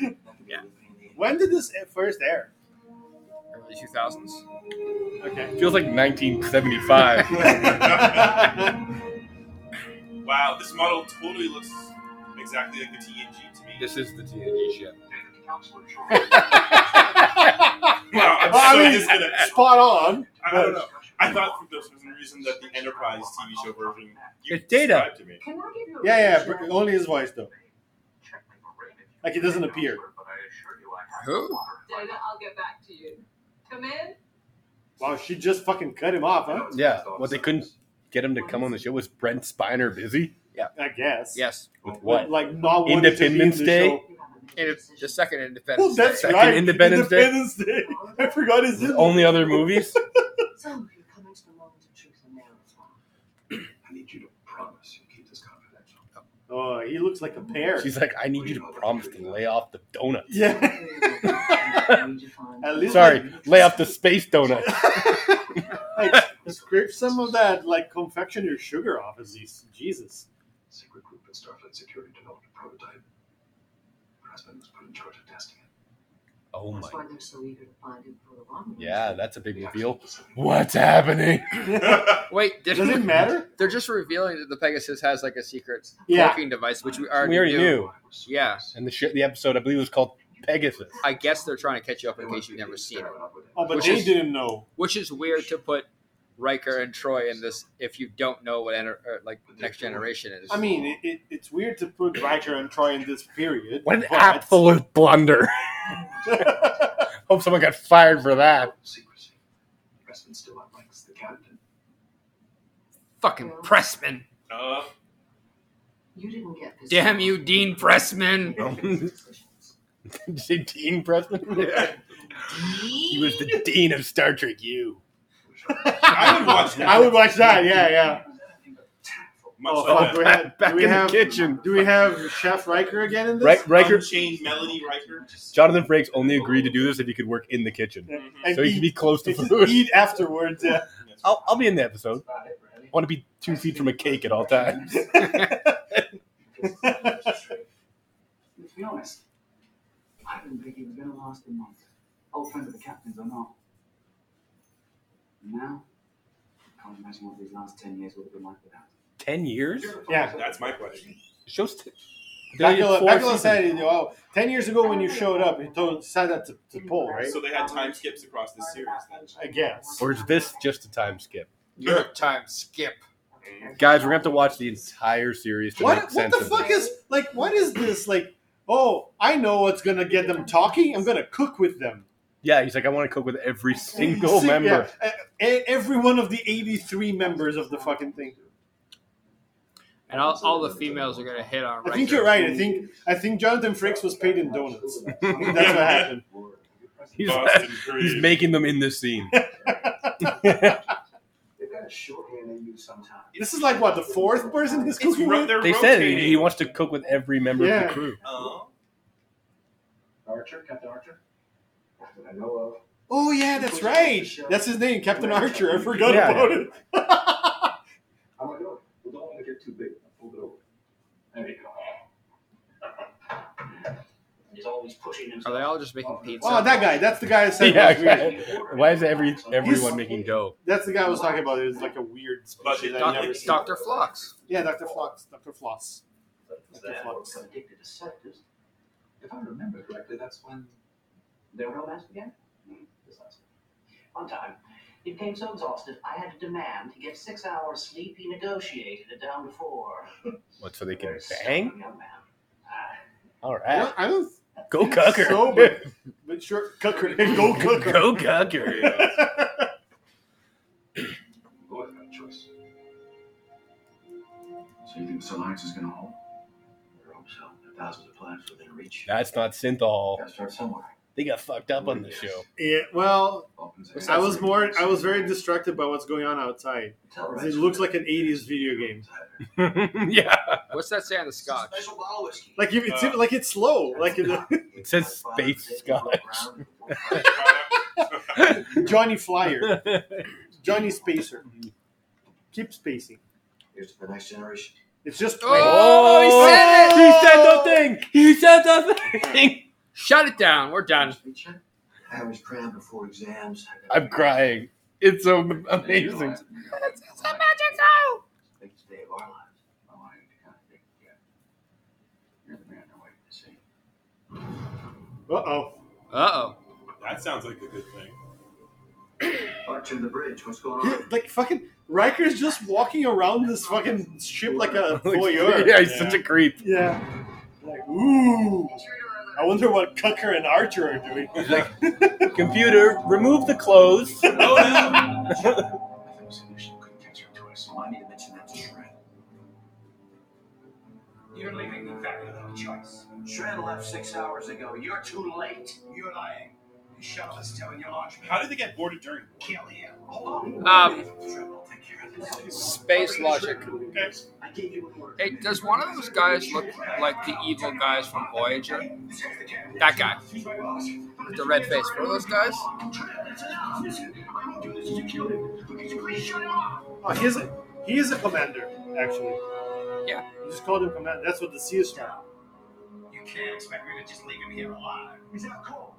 J: [laughs]
B: When did this first air?
E: Early two thousands.
B: [laughs] Okay.
J: Feels like 1975.
K: Wow, this model totally looks exactly like the TNG to me.
J: this is the TNG ship.
K: Wow, I'm
B: Well, I
K: so
B: mean,
K: disconnected.
B: spot on.
K: I
B: [laughs]
K: don't know. I thought for some reason that the Enterprise TV show version you
J: It's Data.
K: described to me.
I: Can I give you a
B: Yeah, oh. yeah,
I: reason?
B: but only his voice though. Like it doesn't appear.
E: Who?
I: Dana, I'll get back to you. Come in.
B: Wow, she just fucking cut him off, huh?
J: Yeah. What they couldn't get him to come on the show was Brent Spiner busy
B: I guess.
E: Yes.
J: with
B: But,
J: what?
B: Like not wanting to be in
J: Independence
B: the
J: Day?
B: show.
E: And it's the second
B: Well,
E: independence.
B: that's
E: Day.
J: Second
B: right.
J: Independence Day?
B: Independence Day. [laughs] I forgot his
J: The
B: name.
J: only other [laughs] movies?
I: Some you come into the moment of truth and there as well. [laughs]
H: I need you to promise you keep this confidential.
B: Oh, he looks like a pear.
J: She's like, I need you to promise to lay off the donut.
B: [laughs] yeah. [laughs] At least
J: Sorry, lay off the space donut.
B: like, scrape some of that like confectionery sugar off at least. Jesus.
H: Secret group in Starfleet Security developed a prototype. Her husband was put in charge of testing it.
J: Oh my.
I: That's why they're so eager to find him for the long
J: Yeah, that's a big reveal. What's happening?
B: Oh,
E: Wait, did
B: Does
E: [laughs]
B: it matter?
E: They're just revealing that the Pegasus has like a secret
B: Yeah.
E: cloaking device, which we already,
J: We already knew.
E: Yeah,
J: And the shit, the episode I believe was called Pegasus.
E: I guess they're trying to catch you up in case you've never seen it,
B: Oh, but
E: Which
B: they
E: is-
B: didn't know.
E: which is weird to put Riker and Troy in this if you don't know what enter, or like Next Generation is.
B: I mean, it, it, it's weird to put Riker and Troy in this period.
J: What an
B: but-
J: absolute blunder. [laughs] Hope someone got fired for that. [laughs]
H: Secrecy. Pressman still outranks the captain.
E: fucking Pressman.
K: Uh,
I: You didn't get this.
E: Damn you, Dean Pressman.
B: [laughs]
J: Did you say Dean [laughs] Pressman? He was the dean of Star Trek U.
K: I would watch that.
B: I would watch that. Yeah, yeah.
K: Much
B: Oh, fuck.
K: like that.
B: Do we have,
J: Back
B: do we
J: in the
B: have,
J: kitchen. Um,
B: Do we [laughs] have Chef Riker again in this?
J: Right, Riker.
K: Unchained Melody Riker. Just,
J: Jonathan Frakes only agreed to do this if he could work in the kitchen,
B: And
J: so he
B: eat-
J: could be close to
B: just
J: food.
B: eat afterwards. Yeah.
J: [laughs] I'll, I'll be in the episode. I want to be two feet from a cake at all [laughs] times.
G: Let's be honest. I didn't think he was going to last a month. Old friend of the captain's or not. And now, I can't imagine what these last 10 years would have been like without him.
J: Ten years?
B: Yeah.
K: that's my question.
J: The show's t- they only did
B: Bacula,
J: four
B: Bacula
J: seasons.
B: said, you know, oh, 10 years ago when you showed up, he told, said that to, to Paul, right?
K: So they had time skips across this series. Then.
B: I guess.
J: Or is this just a time skip?
E: Your time skip.
J: Guys, we're gonna have to watch the entire series to make
B: What, what
J: sense
B: the
J: of
B: fuck
J: it.
B: is, like, what is this? Like, oh, I know what's going to get them talking. I'm going to cook with them.
J: Yeah, he's like, I want to cook with every single
B: See, yeah,
J: member.
B: e- e- every one of the 83 members of the fucking thing.
E: And all, all the females are gonna hit on Riker.
B: I think you're right. I think I think Jonathan Frakes was paid in donuts. [laughs] I think that's what happened.
J: He's,
K: Boston
J: [laughs] he's
K: Creed.
J: making them in this
B: [laughs]
J: scene.
H: They've got a shorthand they use sometimes.
B: This is like what the fourth person he's
K: It's
B: cooking
K: ro-
B: with.
K: they're
J: they said
K: rotating.
J: he wants to cook with every member of
B: Yeah.
J: the crew.
K: Oh.
H: Uh-huh. Archer, Captain Archer? Not that I know of.
B: Oh yeah, that's right. That's his name, Captain Archer. I forgot
J: Yeah,
B: about
J: yeah.
B: it. [laughs]
H: I'm like, look, we don't want to get too big. Fold it over. There you go.
G: He's always pushing himself.
E: Are they all just making pizza?
B: Oh, that guy. That's the guy I said.
J: Yeah,
B: was weird.
J: guy. Why is every everyone
B: He's-
J: making dough?
B: That's the guy I was talking about. It was like a weird species I've never seen.
E: Doctor Flox.
B: Yeah, Doctor Flox. Doctor Floss.
G: But they're
B: Flux.
G: addicted to sedatives. If I remember correctly, that's when their romance began? Precisely. One time, he became so exhausted, I had to demand he get six hours sleep. He negotiated it down to four.
J: What so they can
G: Very stubborn
J: bang?
G: Young man. Ah,
J: All right.
B: I don't
J: Go Cucker. [laughs]
B: So, but, [laughs] but sure, Cucker. [laughs] Go Cucker.
J: Go Cucker.
H: Lloyd had a choice.
G: So you think Solaris is going to hold? I hope so. There are thousands of planets within reach.
J: That's not synthol.
G: Gotta start somewhere.
J: They got fucked up on the show.
B: Yeah, well,
G: Opens
B: I was more. I was very distracted by what's going on outside. It looks like an '80s video game.
J: [laughs] yeah.
E: What's that say on the scotch?
G: Special bottle whiskey.
B: Like if it's
J: Uh,
B: like it's slow. Like it-
J: It says space scotch.
B: [laughs]
J: [laughs]
B: Johnny Flyer, Johnny Spacer. Keep spacing.
G: Here's to the next generation.
B: It's just
E: Oh, he said it!
J: He said the thing. He said the thing.
E: Shut it down. We're done.
G: Teacher, I was crammed before exams.
J: I'm crying. It's so amazing.
G: It's
E: a magic show.
G: Biggest day of our lives. I wanted you to kind of think again. You're the man I waited to see.
B: Uh oh.
E: Uh oh.
K: That sounds like a good thing.
G: Arch in the bridge. What's going on?
B: [laughs] Like fucking Riker's just walking around this fucking ship like
J: [laughs]
B: a voyeur.
J: yeah, he's such a creep.
B: Yeah. Like ooh. I wonder what Cucker and Archer are doing.
J: Computer, remove the clothes.
G: I think solution couldn't catch her twice, so I need to mention that to Shred.
H: You're leaving the very without choice.
G: Shred left six hours ago. You're too late.
H: You're lying. The shuttle is still in your launch
K: How did they get boarded during?
H: Kill him. Hold
E: Um,
G: Shred will take care of this.
E: space logic.
K: Okay.
G: I gave you a word.
E: Hey, does one of those guys look like the evil guys from Voyager? That guy. With the red face. One of those guys?
B: Oh, he's a, he is a commander, actually.
E: Yeah.
B: You just called him commander. That's what the C is for.
H: You can't expect me to just leave him here alive. He's not cold.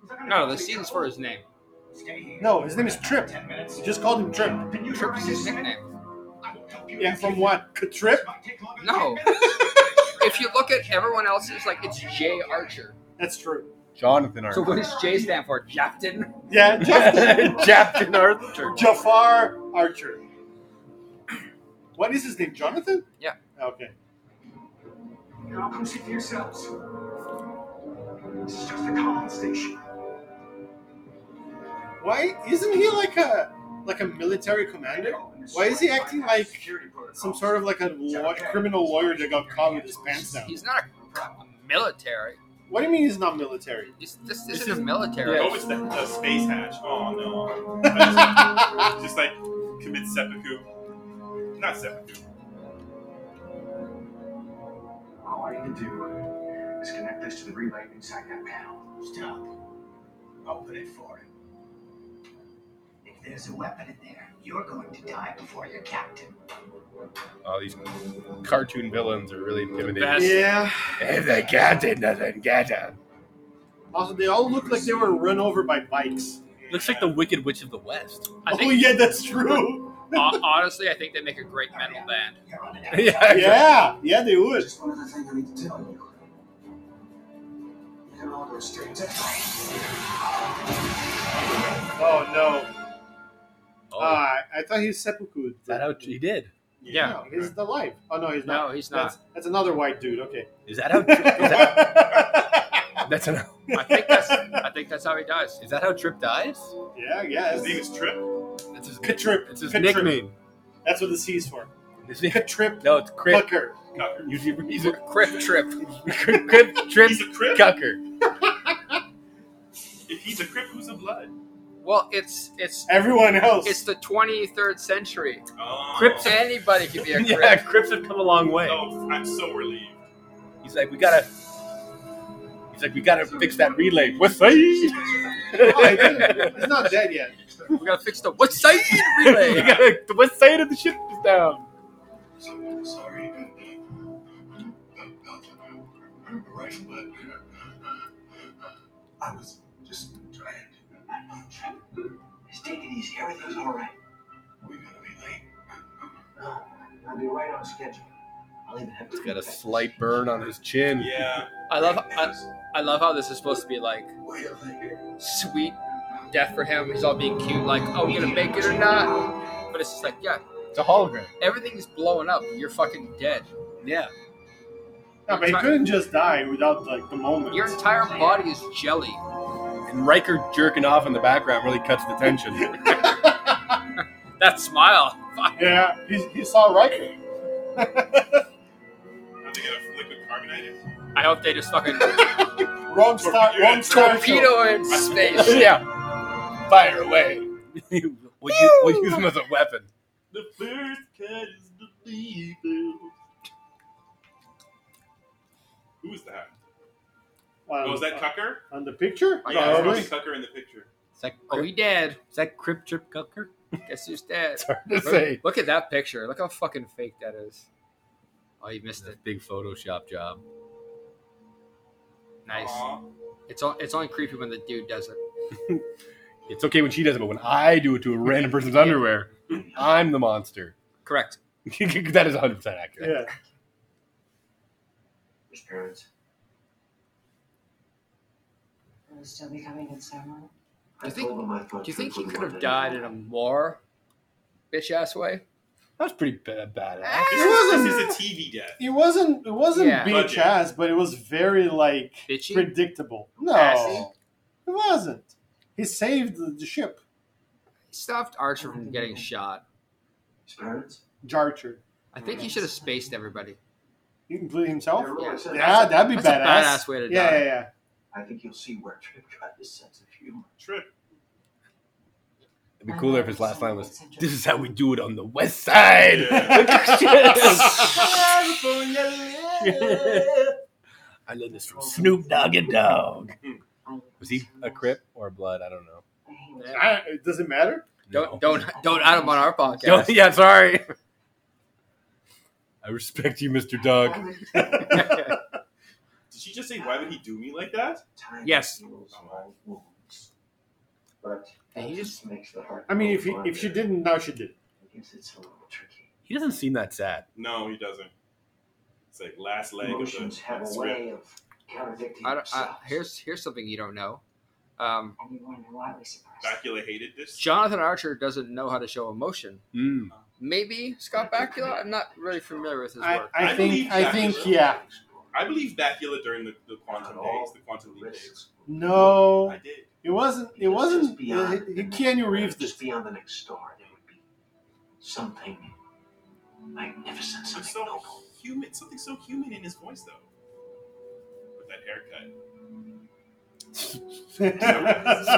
H: He's not gonna
E: No,
H: go
E: the
H: to
E: C is
H: cold.
E: for his name.
H: Stay here.
B: No, his name is Trip.
H: Ten minutes.
B: You just called him Trip.
H: Then you
E: Trip is his
H: drive.
E: nickname.
H: I won't help you
B: And
H: if
B: from
H: you-
B: what? K- Trip?
H: It might take longer than
E: No.
H: 10 minutes.
E: If you look at everyone else, it's like it's J Archer.
B: That's true.
J: Jonathan
E: So
J: Arthur.
E: what does J stand for? Japton?
B: Yeah, [laughs]
E: [laughs]
B: Jaf-
J: Captain Arthur.
B: Jafar Archer. What is his name? Jonathan?
E: Yeah.
B: Okay.
H: Now come see for yourselves. This is just a common station.
B: Why isn't he like a like a military commander? Why is he acting like some sort of like a law- criminal lawyer that got caught with his pants down?
E: He's not a military.
B: What do you mean he's not military? [laughs]
E: This, this isn't a military.
K: Oh, it's the, the space hatch. Oh no! I just, just like commit seppuku. Not seppuku.
G: All I need to do is connect this to the relay inside that panel.
H: Stop. Open it for him. If there's a weapon in there, you're going to die before your captain.
J: Oh, these cartoon villains are really intimidating.
E: best.
B: Yeah.
J: If the captain doesn't get him.
B: Also, they all look like they were run over by bikes.
L: Looks like the Wicked Witch of the West.
E: I
B: oh
E: think,
B: yeah, that's true.
E: hon- honestly, I think they make a great metal band.
H: You're on an
J: [laughs] yeah.
B: yeah, yeah, they would.
G: Just one other thing I need to tell you. You can all go straight to
B: Oh no.
L: Oh,
B: Ah, I thought he's seppuku.
L: is that how he did?
E: Yeah.
B: No, he's alive. Oh no, he's not.
E: No, he's
B: That's,
E: not.
B: that's another white dude.
E: [laughs]
B: Okay.
L: Is that how? is
B: [laughs]
L: that,
J: That's enough.
E: I think that's I think that's how he dies.
L: is that how Trip dies?
B: yeah,
K: His name
B: yeah.
K: is Trip.
L: That's his.
B: Katrip.
L: That's his
B: Katrip.
L: nickname.
B: That's what the C is for.
L: His name-
B: Katrip
L: No, it's Crip.
B: Cucker.
K: Cucker.
L: He's
E: He's
L: a
E: a crip trip.
L: Crip Trip
K: He's a Crip.
L: Cucker.
K: If he's a Crip, who's a Blood?
E: Well, it's it's
B: Everyone else.
E: it's the 23rd century.
K: Oh.
L: Crips-
E: [laughs] Anybody can be a crip.
L: Yeah, Crips have come a long way.
K: Oh, I'm so relieved.
L: He's like, we gotta. He's like, we gotta fix that relay. What's that?
B: [laughs]
J: [laughs]
B: Oh, he
E: [laughs]
B: didn't- he's not dead yet.
E: We gotta fix the what side relay. [laughs]
L: We gotta- the west side of the ship is down.
G: So sorry. I'm right, but I was just tired. Just take it easy. Everything's all right. We're gonna be late. No, I'll be right on schedule. I'll even have
J: He's got a slight burn on his chin.
K: Yeah.
E: I love I, I love how this is supposed to be like
G: Way over here.
E: sweet death for him. He's all being cute, like, oh, you gonna make it or not? But it's just like, yeah,
J: It's a hologram.
E: everything's blowing up. You're fucking dead.
L: Yeah.
B: Yeah, but he couldn't just die without like the moment.
E: Your entire body is jelly.
J: And Riker jerking off in the background really cuts the tension. [laughs]
E: That smile.
B: Yeah, he, he saw Riker.
E: I hope they just fucking
B: wrong start. Wrong start.
E: torpedo in space.
J: yeah. Fire away. [laughs] we'll, use, we'll use him as a weapon.
K: The first cut is the evil. Who is that? oh, is that
J: Uh,
K: Cucker?
B: On the picture?
K: Yeah, it's
B: [laughs]
K: probably Cucker in the picture.
E: It's like, oh, he dead. Is that Crip Trip Cucker? Guess who's dead?
J: It's hard to
E: look,
J: say.
E: Look at that picture. Look how fucking fake that is. Oh, you missed it.
J: Big Photoshop job.
E: Nice. It's on, it's only creepy when the dude does it.
J: It's okay when she does it, but when I do it to a random person's underwear, I'm the monster. [laughs]
E: Correct.
J: that is 100% accurate.
B: Yeah.
H: His parents. Will they still be coming in ceremony?
E: Do you think, do you think he could have died in a more bitch ass way?
J: That was pretty bad, badass.
B: It wasn't-
K: This is a TV death.
B: It wasn't. It wasn't
E: Yeah.
B: bitch ass, but it was very like
E: Bitchy?
B: predictable. No,
E: Assy?
B: it wasn't. He saved the, the ship,
E: He stopped Archer from getting shot.
H: His parents?
B: Jarcher,
E: I think he should have spaced everybody.
B: including himself.
H: They're really
B: Yeah,
H: sad.
B: that'd be
E: That's a
B: badass.
E: badass way to
B: yeah,
E: die.
B: yeah, yeah.
H: I think you'll see where Trip got his sense of humor.
K: Trip.
J: It'd be cooler if his last line was, This is how we do it on the west [laughs] side. [laughs] I learned this from Snoop Dogg and Dog. Was he a Crip or a Blood? I don't know.
B: I, it doesn't
E: [laughs]
B: matter. [laughs]
J: No. [laughs]
E: Don't don't don't out him on our podcast.
J: Don't- yeah, sorry. I respect you, Mr. Dog.
K: Did she just say, why would he do me like that?
H: Time
E: Yes.
H: heals all wounds. But
E: And he just-
H: makes the heart.
B: I mean,
H: go
B: if he, if she
H: fonder.
B: didn't, now she did.
H: I guess it's a little tricky.
J: He doesn't seem that sad.
K: No, he doesn't. It's like last leg of the,
H: Emotions have
K: of the
H: a
K: script.
H: way of contradicting
E: I don't, I,
H: themselves.
E: here's here's something you don't know. Um,
H: And you wonder why we suppress them.
K: Bakula hated this.
E: Jonathan Archer doesn't know how to show emotion.
J: Mm.
E: Maybe Scott Bakula. I'm not really familiar with his
B: I,
E: work.
B: I
K: I
B: think.
K: believe
B: I
K: that.
B: think. Yeah.
K: I believe Bakula during the, the quantum
H: Not
K: days,
H: all
K: the quantum leap days.
H: risks.
B: No,
K: I did.
B: it wasn't. It
H: Because
B: wasn't.
H: just beyond
B: it-
H: the
B: it-
H: next
B: Keanu
H: door,
B: Reeves did.
H: Just beyond the next door, there would be something magnificent,
K: It
H: something
K: was
H: [laughs]
K: so
H: noble.
K: human, something so human in his voice, though. With that haircut.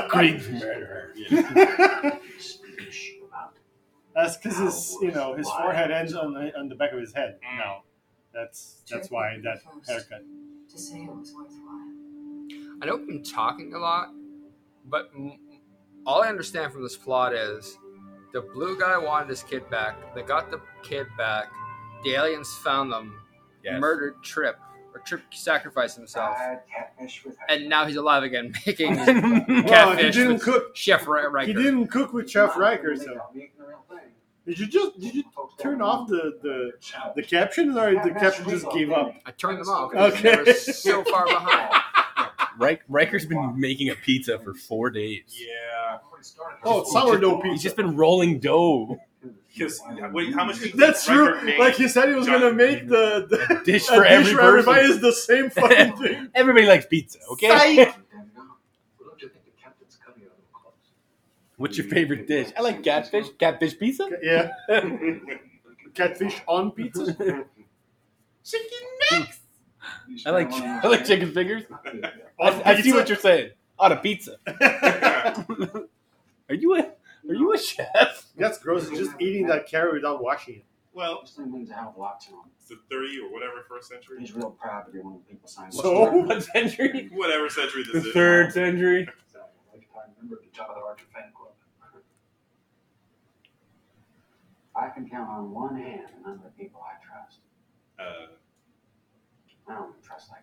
J: Great murderer.
K: Yeah.
H: Speech about
B: [laughs] That's because his, you know, his forehead ends on the on the back of his head.
J: Mm.
B: No, that's that's why that haircut.
H: to say it was worthwhile.
E: I know we've been talking a lot, but m- all I understand from this plot is the blue guy wanted his kid back. They got the kid back. The aliens found them,
J: Yes. [laughs]
E: murdered Trip, or Trip sacrificed himself,
H: Fried catfish with her.
E: and now he's alive again, [laughs] making
B: Well, he
J: [laughs]
E: catfish
B: didn't
E: with
B: cook.
E: Chef Ri- Riker.
B: He didn't cook with Chef Riker. So did you just did you turn off the the the captions or the caption just gave up?
E: I turned them off.
B: Okay.
E: They were so far behind.
J: [laughs] Rik- Riker's been making a pizza for four days.
K: [laughs] yeah.
B: Oh, sourdough pizza.
J: He's just been rolling dough.
K: Because, wait, how much did
B: That's
K: Riker
B: true.
K: make?
B: Like he said, he was gonna make the, the
J: A dish
B: a
J: for every
B: dish for
J: person.
B: everybody is the
J: [laughs]
B: same fucking thing.
J: Everybody likes pizza, okay?
B: Psych.
J: What's your favorite dish? I like catfish. Catfish pizza?
B: Yeah,
J: [laughs]
B: catfish on pizza.
J: I like I like chicken fingers. I,
B: On
J: I see
B: pizza?
J: what you're saying. On a pizza. [laughs] Are
K: Yeah.
J: you a Are you a chef?
B: That's gross. Just eating that carrot without washing it.
K: well,
H: This thing means a hell of a lot to him.
K: it's the 30 or whatever first century.
H: He's real proud to be one of the people signing
B: So?
J: [laughs] What century?
K: Whatever century this
J: The
K: is.
J: third century.
H: Lifetime member at the top of the Archer fan club. I can count on one hand the number of people I trust.
K: Uh,
H: I don't trust like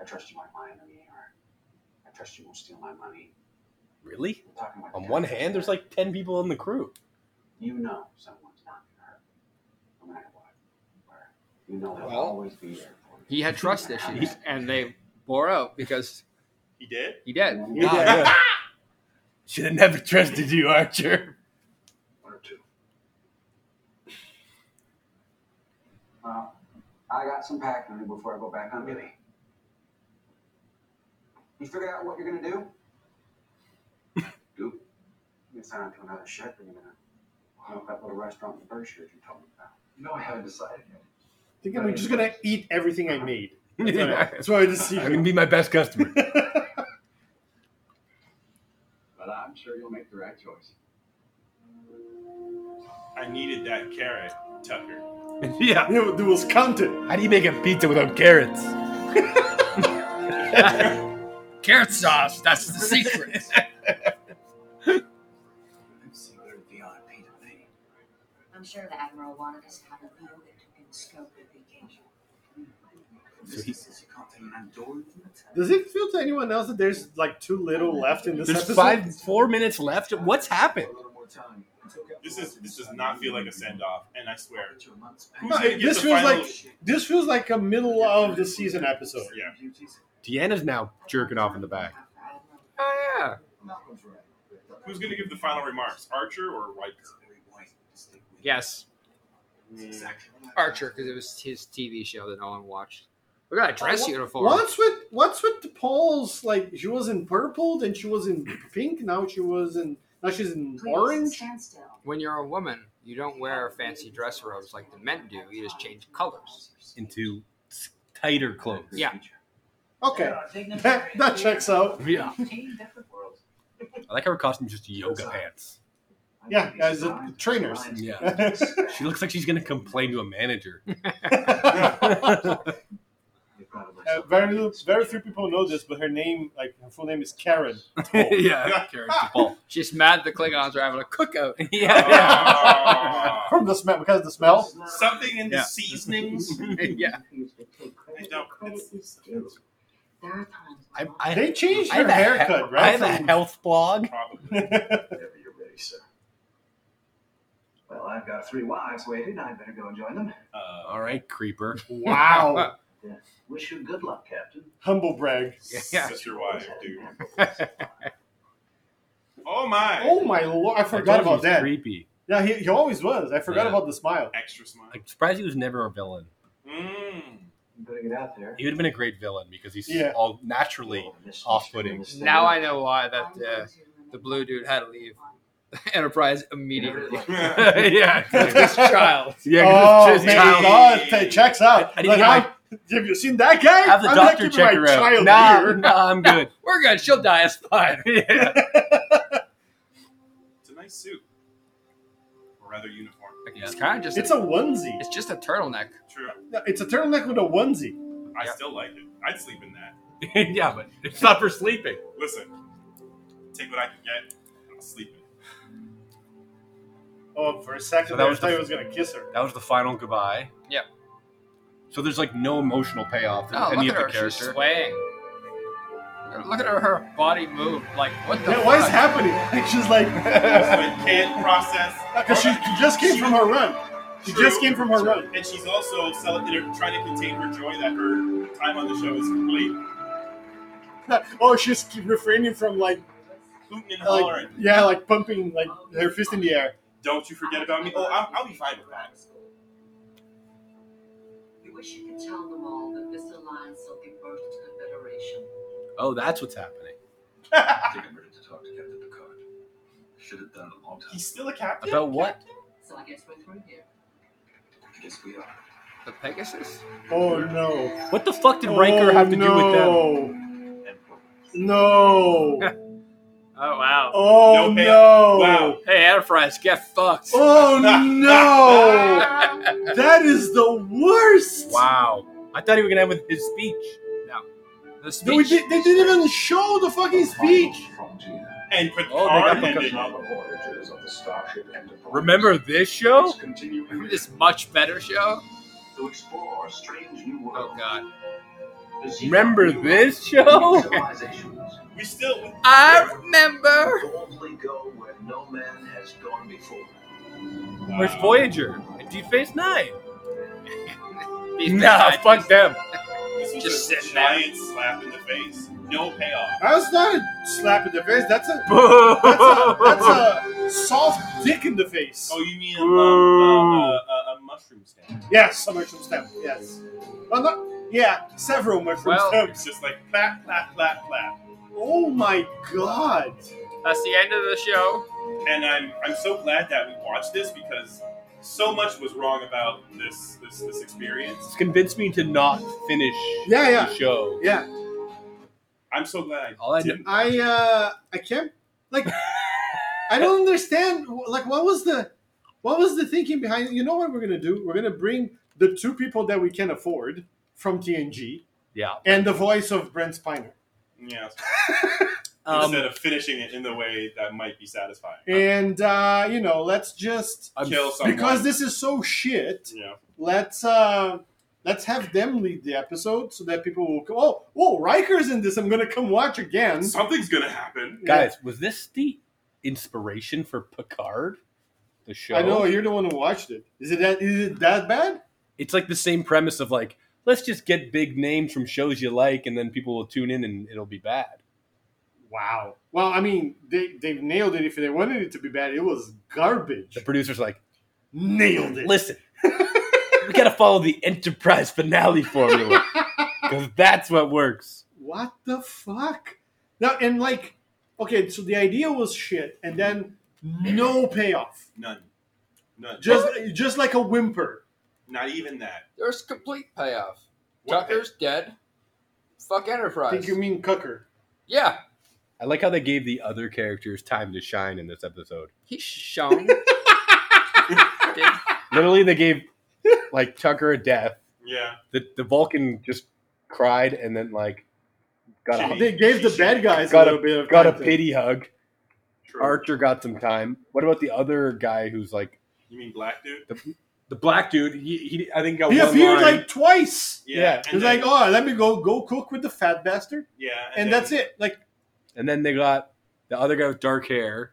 H: I trust you might lie to me, or I trust you won't steal my money.
J: Really?
H: I'm talking about
J: On
H: the
J: one
H: guys
J: hand,
H: that
J: there's like ten people in the crew.
H: you know someone's not gonna hurt, you, no matter what. Or you know they'll
E: Well,
H: always be there for you.
E: He
H: [laughs]
E: had trust issues, and they bore out because
K: he did?
E: he did.
J: Yeah. Should have never trusted you, [laughs] Archer.
H: One or two. Well,
G: Uh, I got some pack money before I go back on duty. You figured out what you're gonna [laughs] do? do? You're gonna sign on to another ship, or you're gonna open up that little restaurant in Berkshire you told me about? No, I haven't decided yet.
B: I think I'm just gonna eat everything I made. That's what I- That's why I just [laughs] see.
J: I'm
B: [laughs]
J: gonna be my best customer. [laughs]
G: But I'm sure you'll make the right choice.
K: I needed that carrot, Tucker.
J: yeah,
B: it was counted.
J: How do you make a pizza without carrots? [laughs]
E: Carrot sauce. That's
B: [laughs]
E: the secret.
I: I'm sure the Admiral wanted us to have a view into the scope of the occasion.
G: So he says you can't take an outdoor.
B: Does it feel to anyone else that there's like too little left in this
J: There's
B: episode?
J: five, four minutes left. What's happened?
K: This is this does not feel like a send off, and I swear.
B: No,
K: Who's gonna
B: it-
K: get
B: this
K: the
B: feels
K: final-
B: like this feels like a middle of the season episode.
K: Yeah.
J: Deanna's now jerking off in the back.
E: Oh yeah.
K: Who's gonna give the final remarks, Archer or White?
E: Yes. Archer, because it was his TV show that no one watched. Look at that dress
B: What-
E: uniform.
B: What's with what's with the polls? Like she was in purple, then she was in pink. Now she was in now she's in orange.
E: When you're a woman, you don't wear fancy dress robes like the men do. You just change colors.
J: Into s- tighter clothes.
E: Yeah.
B: [laughs] Okay, that, that checks out.
J: Yeah. I like how her costume's just yoga pants.
B: Yeah, as a, trainers.
J: Yeah. she looks like she's going to complain to a
E: [laughs]
J: manager.
B: Uh, very little- very few people know this, but her name, like her full name, is
J: [laughs]
B: Karen.
J: yeah. Karen DePaul. [laughs]
E: She's mad the Klingons are having a cookout. [laughs]
B: From the smell, because of the smell.
K: [laughs] Something in the
B: Yeah.
J: [laughs]
K: seasonings.
B: [laughs]
E: yeah.
J: I, I,
B: They changed
J: I have
B: her
J: a he-
B: haircut, right?
J: I have a
B: From-
J: health blog.
G: Whenever you're ready, sir. Well, I've got three wives waiting. I'd better go and join them.
K: Uh,
J: All right,
E: [laughs]
J: creeper.
B: [laughs]
J: [laughs]
B: Wow.
G: Yeah. Wish you good luck, Captain.
B: Humble brag.
K: That's your wife, dude. oh my!
B: Oh my lord! I forgot
J: told
B: about
J: you he's
B: that.
J: Creepy.
B: Yeah, he, he always was. I forgot
J: Yeah.
B: about the smile.
K: Extra smile.
J: I'm surprised he was never a villain.
K: Mm.
B: [laughs]
G: Better get out there.
J: He would have been a great villain because he's
B: Yeah.
J: all
E: [laughs]
J: naturally off-putting.
E: Now I know why that uh, the blue dude had to leave Enterprise
B: [laughs]
E: immediately.
J: [laughs] yeah,
E: this child.
J: Yeah, 'cause
B: oh
J: it's just
B: man,
J: child.
B: God, it checks out.
J: I didn't
B: Like,
J: get my-
B: I'm- have you seen that guy?
J: Have the
B: I'm not
J: doctor
B: keeping
J: check
B: my
J: her out.
B: child
J: Nah,
B: here.
J: [laughs] nah, I'm good.
E: We're good. She'll die. It's fine.
J: [laughs] yeah.
K: It's a nice suit, or rather uniform.
E: It's kind of just.
B: It's a onesie.
E: It's just a turtleneck.
K: True.
B: No, It's a turtleneck with a onesie.
K: I
E: Yeah.
K: still like it. I'd sleep in that.
J: yeah, but it's not for sleeping.
K: Listen, take what I can get. I'll sleep in. it.
B: Oh, for a second,
J: So that
B: there, I
J: was
B: thought
J: the-
B: he was gonna kiss
J: [laughs]
B: her.
J: That was the final goodbye.
E: Yep.
J: So there's like no emotional payoff to
E: Oh,
J: any
E: look
J: of
E: at
J: the
E: her. She's
J: characters.
E: swaying. Look at her, her body move. Like, what the
B: Yeah, what is
E: fuck?
B: happening? [laughs] She's like,
K: But can't process
B: because she just came from her run. She
K: True.
B: just came from her run.
K: and she's also cel- trying to contain her joy that her time on the show is complete.
B: [laughs] Oh, she's keep refraining from like,
K: Hooting and hollering.
B: like, yeah, like pumping like her fist in the air.
K: Don't you forget about me. Oh, I'm, I'll be fine with that.
I: We wish you could tell them all that this alliance will give birth to the Federation.
J: Oh, that's what's happening.
H: I think I'm ready to talk to Captain Picard. Should have done it a long time.
K: He's still a captain?
J: About what?
I: So I guess we're through here.
H: I guess we are.
E: The Pegasus?
B: Oh no!
J: What the fuck did Riker
B: oh,
J: have to do with them?
B: no.
J: [laughs]
B: No!
E: Oh, wow.
B: Oh
K: No, man.
B: no!
J: Oh.
K: Wow.
E: Hey, Enterprise, get fucked.
K: [laughs]
B: Oh no! that is the worst.
J: Wow. I thought he was gonna end with his speech.
E: The speech.
B: No, we did, they didn't even show the fucking speech.
K: And Picard
J: Oh, they got
K: ended
J: Picard.
K: it.
H: Other voyages of the starship Enterprise.
J: Remember this show?
H: Continuing
E: Remember this much better show?
H: to explore strange new
E: Oh,
H: worlds.
E: God.
J: Remember this show?
H: Civilizations.
K: We still.
E: I remember.
H: Boldly go where no man has gone before.
J: Where's
K: Wow.
J: Voyager? And Deep Space Nine.
E: These
J: Nah,
E: guys-
J: fuck [laughs] them.
K: This was
E: Just
K: a
E: sitting there.
K: giant slap in the face. No payoff.
B: That's not a slap in the face. That's a that's a,
J: Boo!
B: that's a soft dick in the face.
K: Oh, you mean um, um, uh, uh, a mushroom stamp.
B: Yes, a mushroom stamp. Yes. Well, not, yeah, several mushroom
K: Well-
B: stamps.
K: Just like clap, clap, clap, clap.
B: Oh my god.
E: That's the end of the show.
K: And I'm I'm so glad that we watched this because so much was wrong about this this, this experience.
J: It's convinced me to not finish
B: Yeah, yeah.
J: the show.
B: Yeah.
K: I'm so glad.
J: All I did,
B: I uh I can't like I don't understand like what was the what was the thinking behind you know what we're gonna do? We're gonna bring the two people that we can afford from TNG
J: yeah.
B: and the voice of Brent Spiner.
K: Yeah.
J: Um,
K: Instead of finishing it in the way that might be satisfying.
B: And uh, you know, let's just
K: Kill someone.
B: because this is so shit,
K: Yeah.
B: let's uh let's have them lead the episode so that people will go, oh, oh, Riker's in this. I'm gonna come watch again.
K: Something's gonna happen.
J: Guys, was this the inspiration for Picard, the show?
B: I know you're the one who watched it. Is it that is it that bad?
J: It's like the same premise of like, let's just get big names from shows you like, and then people will tune in, and it'll be bad.
B: Wow. Well, I mean, they they nailed it. If they wanted it to be bad, it was garbage.
J: The producer's like,
B: Nailed it. [laughs]
J: Listen, we gotta follow the Enterprise finale formula because that's what works.
B: What the fuck? Now and like, okay, so the idea was shit, and then no payoff.
K: None. None.
B: Just just like a whimper.
K: not even that.
E: There's complete payoff.
K: What
E: Tucker's dead. Fuck
B: I
E: Enterprise.
B: think you mean Cucker.
E: yeah,
J: I like how they gave the other characters time to shine in this episode.
E: he's [laughs] shown.
J: Literally, they gave [laughs] like Tucker a death.
K: Yeah.
J: The the Vulcan just cried and then like got a
B: They gave the bad guys
J: got
B: a
J: a,
B: little bit of
J: [laughs] got a
B: time to-
J: pity hug.
K: True.
J: Archer got some time. What about the other guy who's like
K: You mean black dude?
J: the, the black dude? He, he I think got
B: He
J: one
B: appeared
J: line.
B: like twice.
J: yeah.
K: and
B: He's
K: then-
B: like, oh, let me go go cook with the fat bastard,
K: yeah,
B: and,
K: then-
B: that's it. Like,
J: and then they got the other guy with dark hair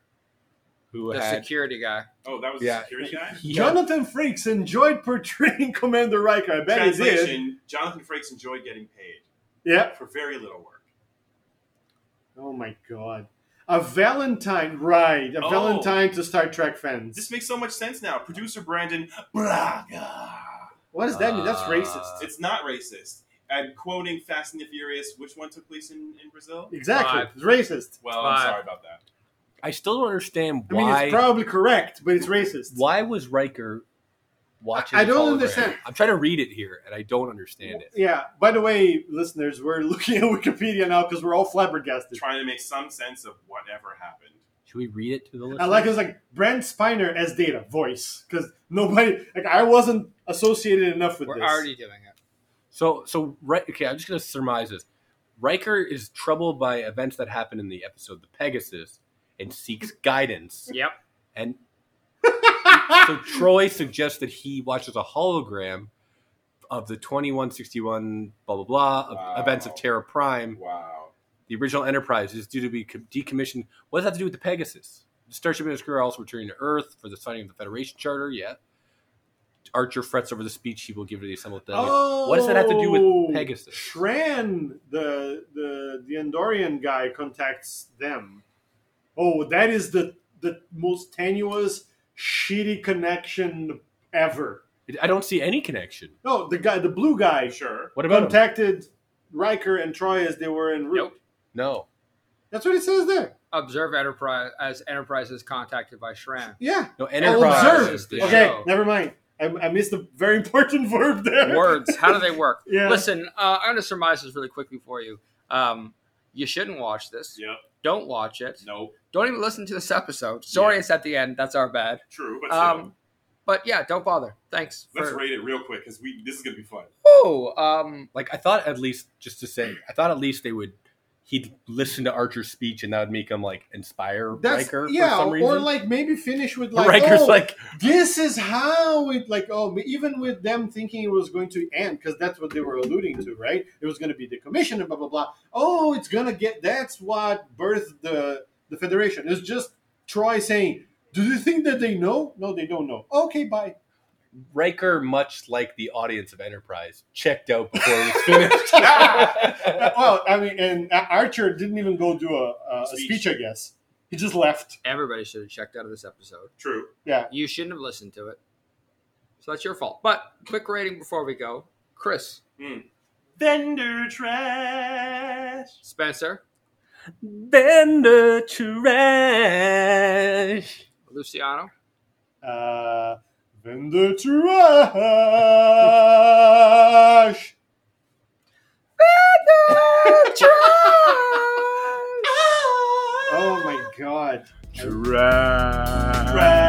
J: who
E: the
J: had
E: security guy.
K: Oh, that was
J: Yeah.
K: the security guy.
J: he had-
B: Jonathan Frakes enjoyed portraying [laughs] Commander Riker. I bet he did.
K: Translation: Jonathan Frakes enjoyed getting paid
B: Yeah.
K: for very little work.
B: Oh my god. A Valentine ride. A
K: Oh.
B: Valentine to Star Trek fans.
K: This makes so much sense now. Producer Brandon Braga.
B: what does that mean? That's
E: Uh,
B: racist.
K: It's not racist. I'm quoting Fast and the Furious. Which one took place in, in Brazil?
B: Exactly.
E: Five.
B: It's racist.
K: Well,
E: Five.
K: I'm sorry about that.
J: I still don't understand
B: I mean,
J: why
B: it's probably correct, but it's racist.
J: why was Riker watching?
B: I- I don't
J: hologram?
B: understand.
J: I'm trying to read it here and I don't understand it.
B: Yeah. By the way, listeners, we're looking at [laughs] Wikipedia now because we're all flabbergasted.
K: Trying to make some sense of whatever happened.
J: Should we read it to the
B: I
J: listeners?
B: like it's like Brent Spiner as data voice because nobody like I wasn't associated enough with
E: We're
B: this.
E: already doing it.
J: So so right okay, I'm just gonna surmise this. Riker is troubled by events that happen in the episode The Pegasus and seeks guidance.
E: Yep.
B: [laughs]
J: And so Troy suggests that he watches a hologram of the 2161 blah blah blah of
K: Wow.
J: events of Terra Prime.
K: Wow.
J: The original Enterprise is due to be com- decommissioned. What does that have to do with the Pegasus? The Starship Enterprise also returning to Earth for the signing of the Federation Charter. Yeah. Archer frets over the speech he will give to the assembled delegates.
B: Oh,
J: What does that have to do with Pegasus?
B: Shran, the the the Andorian guy, contacts them. Oh, that is the the most tenuous, shitty connection ever.
J: It- I don't see any connection.
B: No, the guy, the blue guy,
K: Sure.
J: What about him?
B: contacted Riker and Troy as they were en route.
E: Nope.
J: No.
B: That's what it says there.
E: Observe Enterprise as Enterprise is contacted
B: [laughs]
E: by Shran.
B: Yeah.
J: No
B: Oh,
J: Enterprise.
B: observe.
J: is the
E: Yeah.
B: Okay,
E: Show.
B: never mind. I, I missed a very [laughs] important verb there.
E: Words. How do they work?
B: Yeah.
E: Listen, uh, I'm gonna surmise this really quickly for you. Um, you shouldn't watch this.
K: Yep.
E: Don't watch it.
K: Nope.
E: Don't even listen to this episode. Sorry, it's at the end. That's our bad.
K: True. But still,
E: Um, but yeah, don't bother. Thanks.
K: let's
E: for-
K: rate it real quick because we this is gonna be fun.
E: Oh, um,
J: Like I thought at least just to say I thought at least they would he'd listen to Archer's speech and that would make him like inspire
B: That's,
J: Riker
B: yeah,
J: for some reason.
B: or like maybe finish with
J: But
B: like,
J: [laughs] Riker's
B: oh,
J: like
B: this is how it like oh even with them thinking it was going to end because that's what they were alluding to right it was going to be decommissioned and blah blah blah oh it's going to get that's what birthed the the federation it's just troy saying do you think that they know no they don't know okay bye [laughs]
J: Riker, much like the audience of Enterprise, checked out before it was
B: [laughs]
J: finished.
B: Uh, well i mean and uh, archer didn't even go do a, a, a
K: Speech.
B: speech i guess he just left
E: everybody should have checked out of this episode.
K: True.
B: yeah
E: You shouldn't have listened to it. So that's your fault. But quick rating before we go, Chris,
J: Vendor trash.
E: Spencer,
J: Vendor trash.
E: Luciano.
B: Uh, vendor trash. [laughs] Oh my god. Trash.